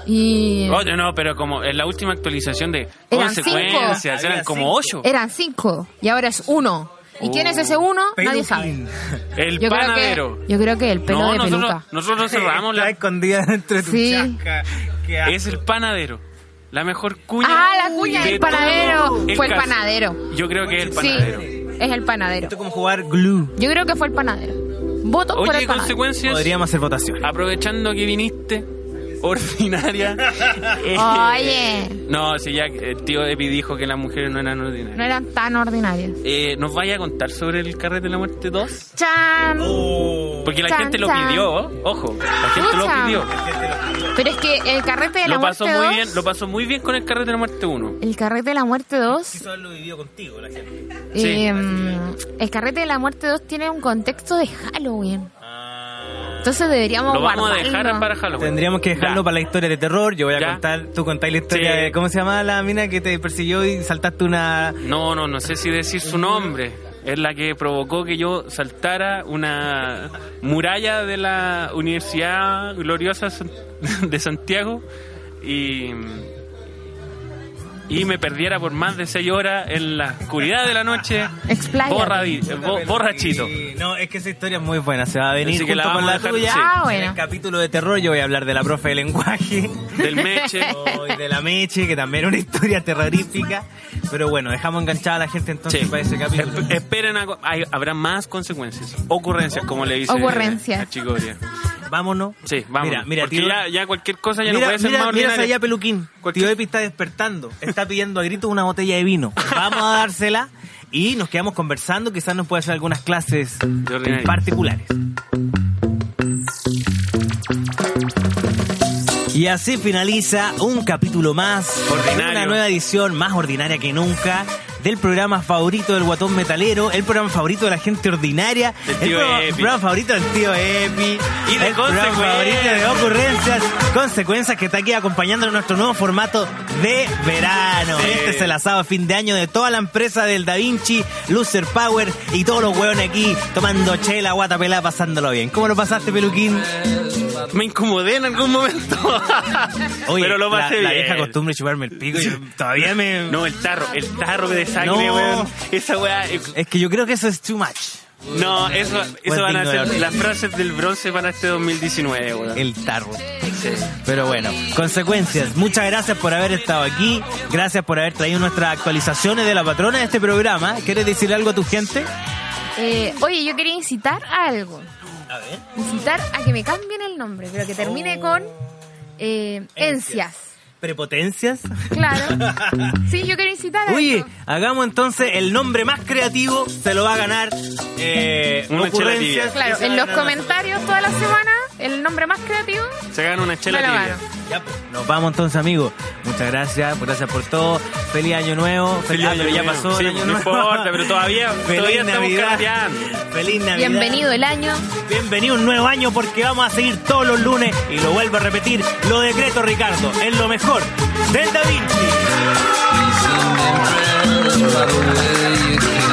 S3: y
S1: Oye, no, pero como en la última actualización de
S3: Eran
S1: consecuencias,
S2: cinco.
S1: eran como
S2: Había
S1: ocho.
S3: eran cinco y ahora es uno. ¿Y quién es ese uno? Nadie sabe.
S2: Peluquín.
S1: Oh. El
S3: Eh, Yo creo,
S1: panadero.
S3: que, yo creo que el pelo
S1: no,
S3: de
S1: nosotros,
S3: peluca.
S1: nosotros cerramos
S2: Está
S1: la...
S2: escondida dentro de tu
S3: Sí.
S2: chasca. Qué asco.
S1: Es el panadero. La mejor cuña.
S3: Ah, la cuña
S1: de
S3: del panadero.
S1: todo
S3: Fue el
S1: caso.
S3: panadero.
S1: Yo creo que es el
S3: Sí,
S1: panadero.
S3: es el panadero.
S2: Esto es como jugar glue.
S3: Yo creo que fue el panadero. Votos por
S1: Oye,
S3: el panadero.
S1: consecuencias,
S2: Podríamos hacer votación.
S1: Ah. aprovechando que viniste,
S3: [LAUGHS]
S1: ordinaria. eh,
S3: Oye,
S1: No, si ya eh, el tío Epi dijo que las mujeres no eran ordinarias.
S3: no eran tan ordinarios.
S1: Eh, ¿Nos vaya a contar sobre el carrete de la muerte 2?
S3: Chan.
S1: Porque la
S3: Chan,
S1: gente lo
S3: chan.
S1: pidió, ojo, la gente
S3: Pucha.
S1: lo pidió.
S3: Pero es que el carrete de la
S1: Lo
S3: muerte
S1: pasó muy
S3: 2,
S1: bien, lo pasó muy bien con el carrete de la muerte 1.
S3: el carrete de la muerte 2,
S2: Eso lo vivió contigo la gente.
S1: Sí.
S3: eh, el carrete de la muerte 2 tiene un contexto de Halloween. Entonces deberíamos
S1: Lo vamos a
S3: guardarlo.
S1: dejar para Halloween.
S2: Tendríamos que dejarlo
S1: Ya.
S2: para la historia de terror. Yo voy a
S1: Ya.
S2: contar, tú contás la historia
S1: Sí.
S2: de cómo se llamaba la mina que te persiguió y saltaste una.
S1: No, no, no sé si decir su nombre. Es la que provocó que yo saltara una muralla de la Universidad Gloriosa San- [LAUGHS] de Santiago y, y me perdiera por más de seis horas en la oscuridad de la noche,
S3: Expláyate.
S1: borradi- bo- borrachito.
S2: Sí. No, es que esa historia es muy buena. Se va a venir
S1: Así que
S2: junto
S1: la
S2: con
S1: vamos a
S2: la
S1: dejar-
S2: tuya.
S1: sí.
S3: Ah,
S2: En
S3: bueno.
S2: el capítulo de terror yo voy a hablar de la profe de
S1: [LAUGHS]
S2: lenguaje.
S1: Del Meche.
S2: [LAUGHS] Oh, y de la Meche, que también es una historia terrorífica. Pero bueno, dejamos enganchada a la gente entonces
S1: Sí.
S2: para ese capítulo.
S1: Esp- esperen, a- hay- habrá más consecuencias. Ocurrencias, como le dice
S3: Ocurrencias.
S1: a Chicoria.
S2: Vámonos.
S1: Sí, vamos.
S2: Mira, mira,
S1: Porque
S2: tío.
S1: ya, ya cualquier cosa ya no
S2: mira,
S1: puede ser
S2: mira,
S1: más
S2: mira hacia
S1: ordinaria.
S2: allá, Peluquín.
S1: Cualquier-
S2: Tío Epi está despertando. Está pidiendo a gritos una botella de vino. Vamos a dársela y nos quedamos conversando. Quizás nos pueda hacer algunas clases
S1: ordinario.
S2: particulares. Y así finaliza un capítulo más,
S1: Ordinario.
S2: una nueva edición más ordinaria que nunca del programa favorito del guatón metalero, el programa favorito de la gente ordinaria,
S1: Del
S2: el
S1: tío
S2: programa,
S1: Epi.
S2: programa favorito del tío Epi,
S1: Y de
S2: el programa
S1: consecuencias.
S2: favorito de ocurrencias, consecuencias que está aquí acompañando en nuestro nuevo formato de verano.
S1: Sí.
S2: Este es el asado de fin de año de toda la empresa del Da Vinci, Loser Power y todos los hueones aquí tomando chela, guata pelada, pasándolo bien. ¿Cómo lo pasaste, peluquín?
S1: Me incomodé en algún momento.
S2: [LAUGHS] Oye,
S1: Pero lo pasé
S2: la, la
S1: bien.
S2: vieja costumbre de chuparme el
S1: [LAUGHS]
S2: pico, yo todavía me...
S1: No, el tarro, el tarro de sangre,
S2: No.
S1: weón. Esa weá. eh,
S2: Es que yo creo que eso es too much.
S1: No, eso, eso van a
S2: digno de
S1: ser
S2: orden.
S1: las frases del bronce para este 2019, weón.
S2: El tarro.
S1: Sí.
S2: Pero bueno, consecuencias. Muchas gracias por haber estado aquí. Gracias por haber traído nuestras actualizaciones de la patrona de este programa. ¿Quieres decir algo a tu gente?
S3: Eh, oye, yo quería incitar a algo. Incitar a que me cambien el nombre, pero que termine con eh, encias.
S2: ¿Prepotencias?
S3: Claro. Sí, yo quiero incitar
S2: [LAUGHS]
S3: a
S2: Oye,
S3: eso.
S2: hagamos entonces el nombre más creativo, se lo va a ganar eh,
S1: Una chela
S2: ocurrencias.
S1: tibia.
S3: Claro,
S2: Se va
S3: en
S2: a
S3: los
S2: ganar una-
S3: comentarios toda la semana, el nombre más creativo.
S1: Se gana una chela
S3: Me la
S1: tibia.
S3: gano.
S2: Ya, pues, nos vamos entonces, amigos. Muchas gracias, gracias por todo. Feliz año nuevo.
S1: Feliz
S2: Ah,
S1: año
S2: pero ya
S1: nuevo. Sí,
S2: pasó.
S1: pues,
S2: el año
S1: no
S2: nuevo.
S1: importa, pero todavía-
S2: [LAUGHS] Feliz
S1: todavía estamos
S2: Navidad.
S1: carreteando.
S2: Feliz Navidad.
S3: Bienvenido el año.
S2: Bienvenido a un nuevo año porque vamos a seguir todos los lunes y lo vuelvo a repetir, lo decreto Ricardo, es lo mejor del Da Vinci.
S7: By the way you kiss